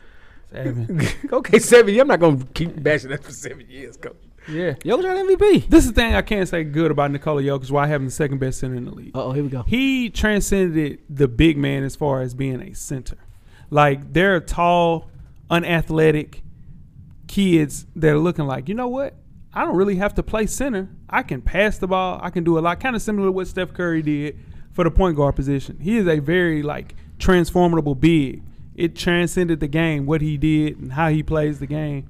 D: Seven.
E: to. okay, seven. years. I'm not gonna keep bashing that for seven years, coach.
D: Yeah.
F: Jokic got MVP.
D: This is the thing I can't say good about Nikola Jokic, why having the second best center in the league.
F: Uh oh, here we go.
D: He transcended the big man as far as being a center. Like there are tall, unathletic kids that are looking like, you know what? I don't really have to play center. I can pass the ball. I can do a lot, kind of similar to what Steph Curry did for the point guard position. He is a very like transformable big. It transcended the game, what he did and how he plays the game.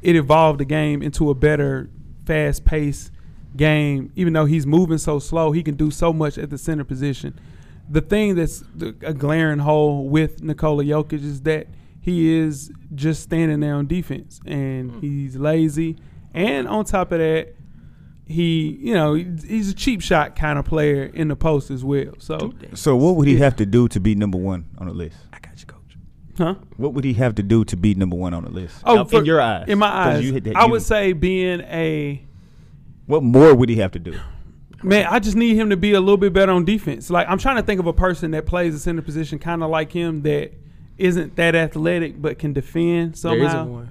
D: It evolved the game into a better, fast paced game. Even though he's moving so slow, he can do so much at the center position. The thing that's the, a glaring hole with Nikola Jokic is that he is just standing there on defense and he's lazy. And on top of that, he, you know, he's a cheap shot kind of player in the post as well. So,
G: So what would he have to do to be number one on the list?
E: I got you, coach.
D: huh?
G: What would he have to do to be number one on the list?
D: Oh,
G: in
D: for-
G: your eyes,
D: In my
G: 'Cause
D: eyes,
G: you hit that-
D: I
G: you-
D: would say being a
G: What more would he have to do?
D: man. I just need him to be a little bit better on defense. Like I'm trying to think of a person that plays the center position kind of like him that isn't that athletic but can defend somehow.
E: There isn't one.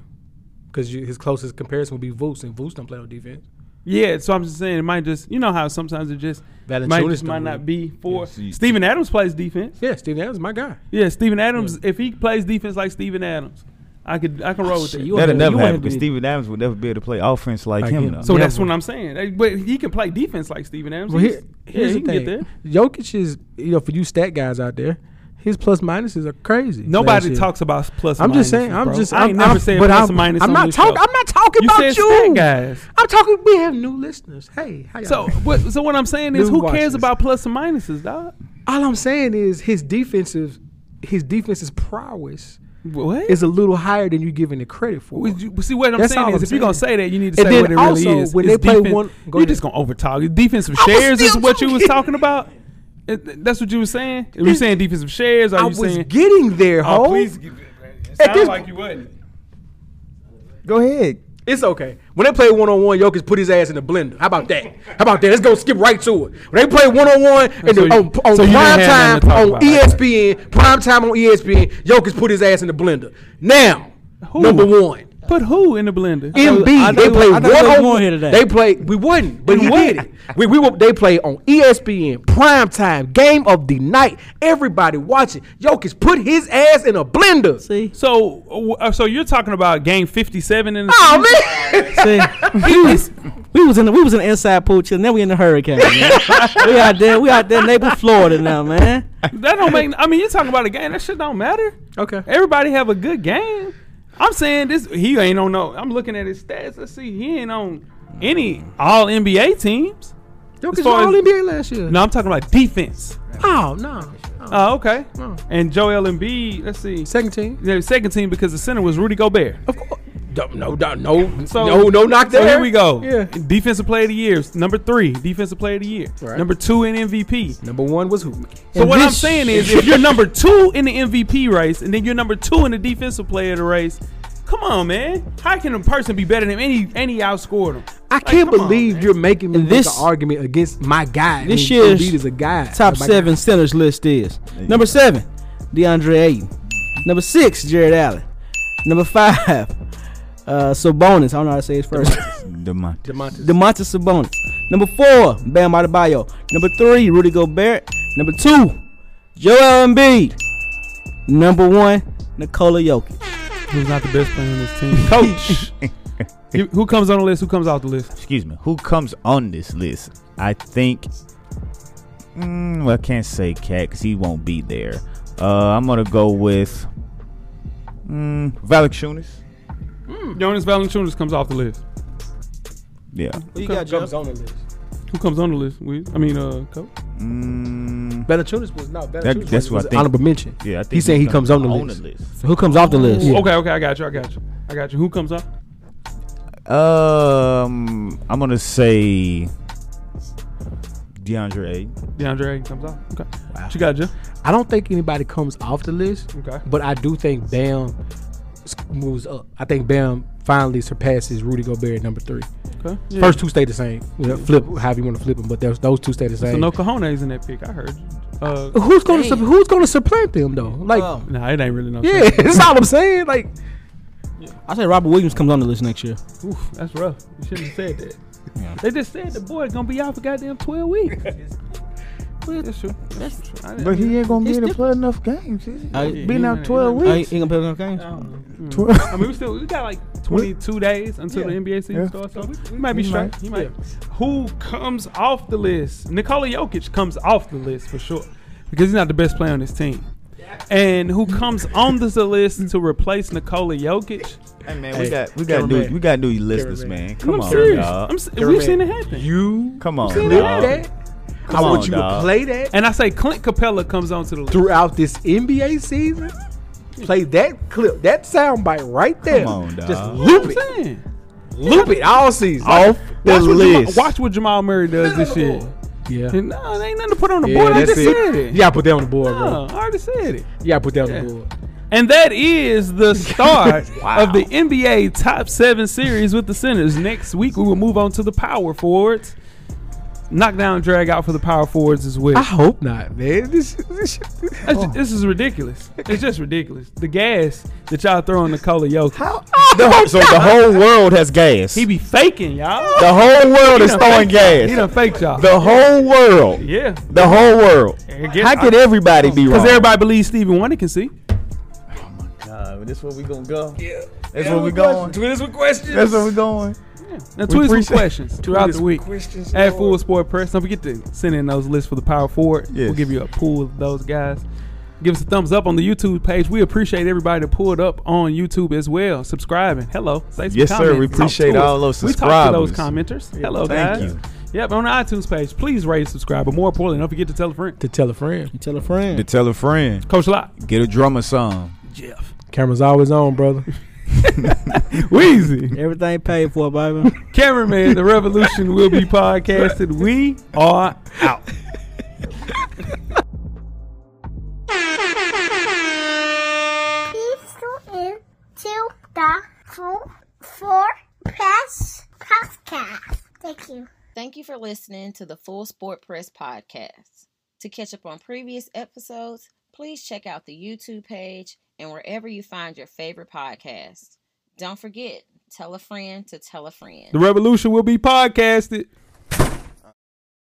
E: Because his closest comparison would be Vooch, and Vooch don't play no defense.
D: Yeah, so I'm just saying it might just you know how sometimes it just might,
E: Valanciunas
D: just might
E: don't
D: not be for
G: see-
D: Steven Adams plays defense.
E: Yeah, Steve Adams is my guy.
D: Yeah, Steven Adams if he plays defense like Steven Adams, I could I
E: Oh,
D: can roll with
F: shit,
D: that.
F: you
G: That'll
F: wanna-
G: never
F: you wanna
G: happen because
F: do-
G: Steven Adams would never be able to play offense like,
E: Like
G: him.
E: him.
G: though.
D: So
E: Yeah,
D: that's
E: well-
D: what I'm saying. Hey, But he can play defense like Steven Adams.
E: Well,
D: He's-
E: here-
D: yeah,
E: here's
D: he
E: the
D: can
E: thing.
D: get there.
E: Jokic is, you know, for you stat guys out there, his plus minuses are crazy. last
D: Nobody
E: year.
D: talks about plus.
E: I'm just
D: minuses,
E: saying. I'm
D: bro.
E: just.
D: I
E: I'm,
D: ain't never
E: I'm,
D: said
E: but
D: plus
E: I'm,
D: minus
E: I'm
D: on
E: not
D: this
E: talking.
D: show.
E: I'm not talking
D: You
E: about
D: said
E: you
D: stat guys.
E: I'm talking. We have new listeners. Hey, how y'all?
D: So what? So what I'm saying is,
E: Dude,
D: who
E: watch
D: cares
E: this.
D: about plus and minuses, dog?
E: all I'm saying is his defensive, his defensive prowess
D: What?
E: is a little higher than you giving it credit for.
D: Would you- see what I'm
E: That's
D: saying
E: all
D: is,
E: I'm
D: if you're gonna say
E: saying.
D: that, you need to
E: And
D: say
E: then
D: what it
E: also,
D: really is.
E: when
D: It's
E: they play
D: defense-
E: one-
D: you're
E: go ahead.
D: just gonna overtalk. Defensive
E: was
D: shares is
E: still
D: what you was
E: talking.
D: talking about. It- that's what you were saying. Were you
E: This-
D: saying defensive shares? Are
E: I
D: you
E: was Oh.
D: saying? Oh,
E: getting there, ho. this- like
D: you wouldn't.
G: Go ahead.
E: It's okay. When they play one on one, Jokic put his ass in the blender. How about that? How about that? Let's go skip right to it. When they play one on one and
D: So
E: the-
D: you-
E: on, on
D: so you didn't
E: prime
D: have nothing
E: time
D: to talk
E: on E
D: about.
E: ESPN, prime time on E ESPN, Jokic put his ass in the blender. Now,
D: Who?
E: number one.
D: Put who in the blender?
F: I
E: MB,
F: thought
E: they
F: we-
E: played
F: I
E: one
F: thought we was
E: on
F: going here today.
E: They played. We wouldn't, but he did it. We, we were, they played on E ESPN prime time game of the night. Everybody watching. Jokic put his ass in a blender.
F: See,
D: So, uh, uh, so you're talking about game 57 in the
E: Oh
D: season?
E: man,
F: see, we was we was in the we was in the inside pool chill. Now we in the hurricane. Man. we out there. We out there, in Naples, Florida now, man.
D: That don't make. I mean, you're talking about a game. That shit don't matter.
E: Okay.
D: Everybody have a good game. I'm saying this. He ain't on no. I'm looking at his stats. Let's see. He ain't on any All NBA teams.
E: Jokic
D: As
E: was
D: far as-
E: all NBA last year.
D: No, I'm talking about defense.
E: Oh no, oh.
D: Oh, okay.
E: Hmm.
D: And Joel Embiid. Let's see.
E: second team.
D: Their second team because the center was Rudy Gobert.
E: Of course, no, no, no,
D: So-
E: no, no knock
D: So
E: there.
D: here we go.
E: Yeah.
D: Defensive Player of the Year, number three. Defensive Player of the Year,
E: Right.
D: number two in MVP.
E: Number one was who?
D: So what I'm saying is, if you're number two in the MVP race, and then you're number two in the defensive player of the race, come on, man. How can a person be better than any any outscored him?
E: I can't
D: come on,
E: believe
D: man.
E: you're making me
F: And
E: this
F: this-
E: an argument against my guy.
F: This
E: I mean,
F: year's
E: Embiid is a guy.
F: Top
E: My guy.
F: seven centers list is number seven, DeAndre Ayton. Number six, Jared Allen. Number five, uh, Sabonis. I don't know how to say his first.
G: Demonte.
E: DeMontis.
F: Demontis Sabonis. Number four, Bam Adebayo. Number three, Rudy Gobert. Number two, Joel Embiid. Number one, Nikola Jokic.
D: who's not the best player on this team, Coach. you- who comes on the list? Who comes off the list?
G: Excuse me. Who comes on this list? I think. Mm, well, I can't say Cat because he won't be there. Uh, I'm gonna go with mm, Valanciunas.
D: Jonas Valanciunas comes off the list.
G: Yeah.
F: You
E: Comes on the list.
D: Who comes on the list? We, I mean, uh, coach.
G: Mm,
E: Bellachunas was not.
G: That-
E: Bellachunas
G: that's
E: was,
G: what I
E: was
G: think.
E: honorable mention.
G: yeah. I think
E: He's saying he comes on the list.
F: Who comes off the list?
D: Okay, okay, I got you. I got you. I got you. Who comes off?
G: Um, I'm gonna say DeAndre Ayton.
D: DeAndre Ayton comes off. Okay, what you got Joe.
E: I don't think anybody comes off the list,
D: Okay.
E: but I do think Bam s- moves up. I think Bam finally surpasses Rudy Gobert at number three.
D: Okay,
E: First two stay the same. You know, Flip however you want to flip them, but those those two stay the
D: So
E: same.
D: no cojones in that pick. I heard. you. Uh,
E: who's going
G: Oh.
E: to who's going to supplant them though? Like,
F: Wow.
D: nah, it ain't really no.
E: yeah, that's all I'm saying. Like,
F: I say Robert Williams comes on the list next year.
D: Oof, that's rough. You shouldn't have said that. They just said the boy gonna be out for goddamn twelve weeks. that's true. That's true. I didn't-
G: But he ain't gonna be
F: It's
G: able to play enough games. He's
F: Uh,
G: been
D: he-
G: out 12
F: Oh, he,
G: weeks.
F: he gonna play enough games?
D: I don't know.
G: Twelve.
D: I mean, we still we got like 22 days until
G: Yeah.
D: the NBA season
G: Yeah.
D: starts, so we, we might be
G: He
D: straight.
G: might.
D: He might. Who comes off the list? Nikola Jokic comes off the list for sure because he's not the best player on this team. And who comes on this list to replace Nikola Jokic?
G: Hey man,
E: Hey,
G: we got we got
E: cameraman.
G: do we got to do listeners,
E: Cameraman.
G: man.
D: I'm
G: Come on,
D: serious.
G: dawg.
D: I'm, se- we've
E: Cameraman.
D: seen it happen.
E: You
G: Come on,
E: clip
G: dawg.
E: that. I
G: Come
E: want
G: on,
E: you
G: dawg.
E: to play that
D: and I say Clint Capella comes onto the list.
E: throughout this NBA season. Play that clip, that soundbite right there.
G: on, dawg.
E: Just
D: You know
E: loop
D: what
E: it,
D: I'm saying?
E: loop it all season.
G: Off the
D: Watch what, Jamal,
G: list.
D: watch what Jamal Murray does this year.
E: yeah,
D: And no, there ain't nothing to put on the
E: yeah,
D: board. I
E: that's
D: just said
E: it.
D: it.
E: You gotta put that on the board, bro.
D: No, I already said it.
E: You gotta put that on
D: Yeah.
E: the board.
D: And that is the start
G: Wow.
D: of the NBA top seven series with the centers. Next week, we will move on to the power forwards. Knockdown drag out for the power forwards as
E: I
D: well.
E: hope not, man. This, this,
D: That's
G: Oh.
D: ju- this is ridiculous. It's just ridiculous. The gas that y'all throwing the Cola Jokic.
G: The- so the whole world has gas.
D: He be faking, y'all.
G: the whole world is
D: done
G: throwing
D: He
G: gas.
D: done faked y'all.
G: The whole world.
D: yeah.
G: The whole world.
D: And guess-
G: How could everybody be wrong?
D: Because everybody believes Stephen Wonder can see.
G: Nah, but Oh, this where we gonna go. Yeah. That's where we going.
E: Tweet us with questions.
G: That's where we going.
D: Now, tweet us
G: appreciate-
D: some questions throughout the week.
E: Questions.
D: At Full Sport Press. Don't forget to send in those lists for the power forward. We'll
G: Yes.
D: give you a pool of those guys. Give us a thumbs up on the YouTube page. We appreciate everybody that pulled up on YouTube as well. Subscribing. Hello. Say some
G: Yes, sir.
D: comments.
G: We
D: Talk
G: appreciate
D: to us.
G: all those
D: We talk to
G: subscribers.
D: those commenters. Hello,
G: thank
D: guys.
G: you.
D: Yep, on the iTunes page. Please rate, subscribe, but more importantly, don't forget to tell a friend.
E: To tell a friend.
F: You tell a friend.
G: To tell a friend,
D: Coach Lock.
G: get a drummer song.
D: Jeff.
E: Camera's always on, brother.
D: Weezy.
F: Everything paid for, baby.
D: Cameraman, the revolution will be podcasted. We are out.
A: Please tune in to the Full Four Press Podcast. Thank you.
C: Thank you for listening to the Full Sport Press podcast. To catch up on previous episodes, please check out the YouTube page and wherever you find your favorite podcast. Don't forget, tell a friend to tell a friend.
D: The revolution will be podcasted.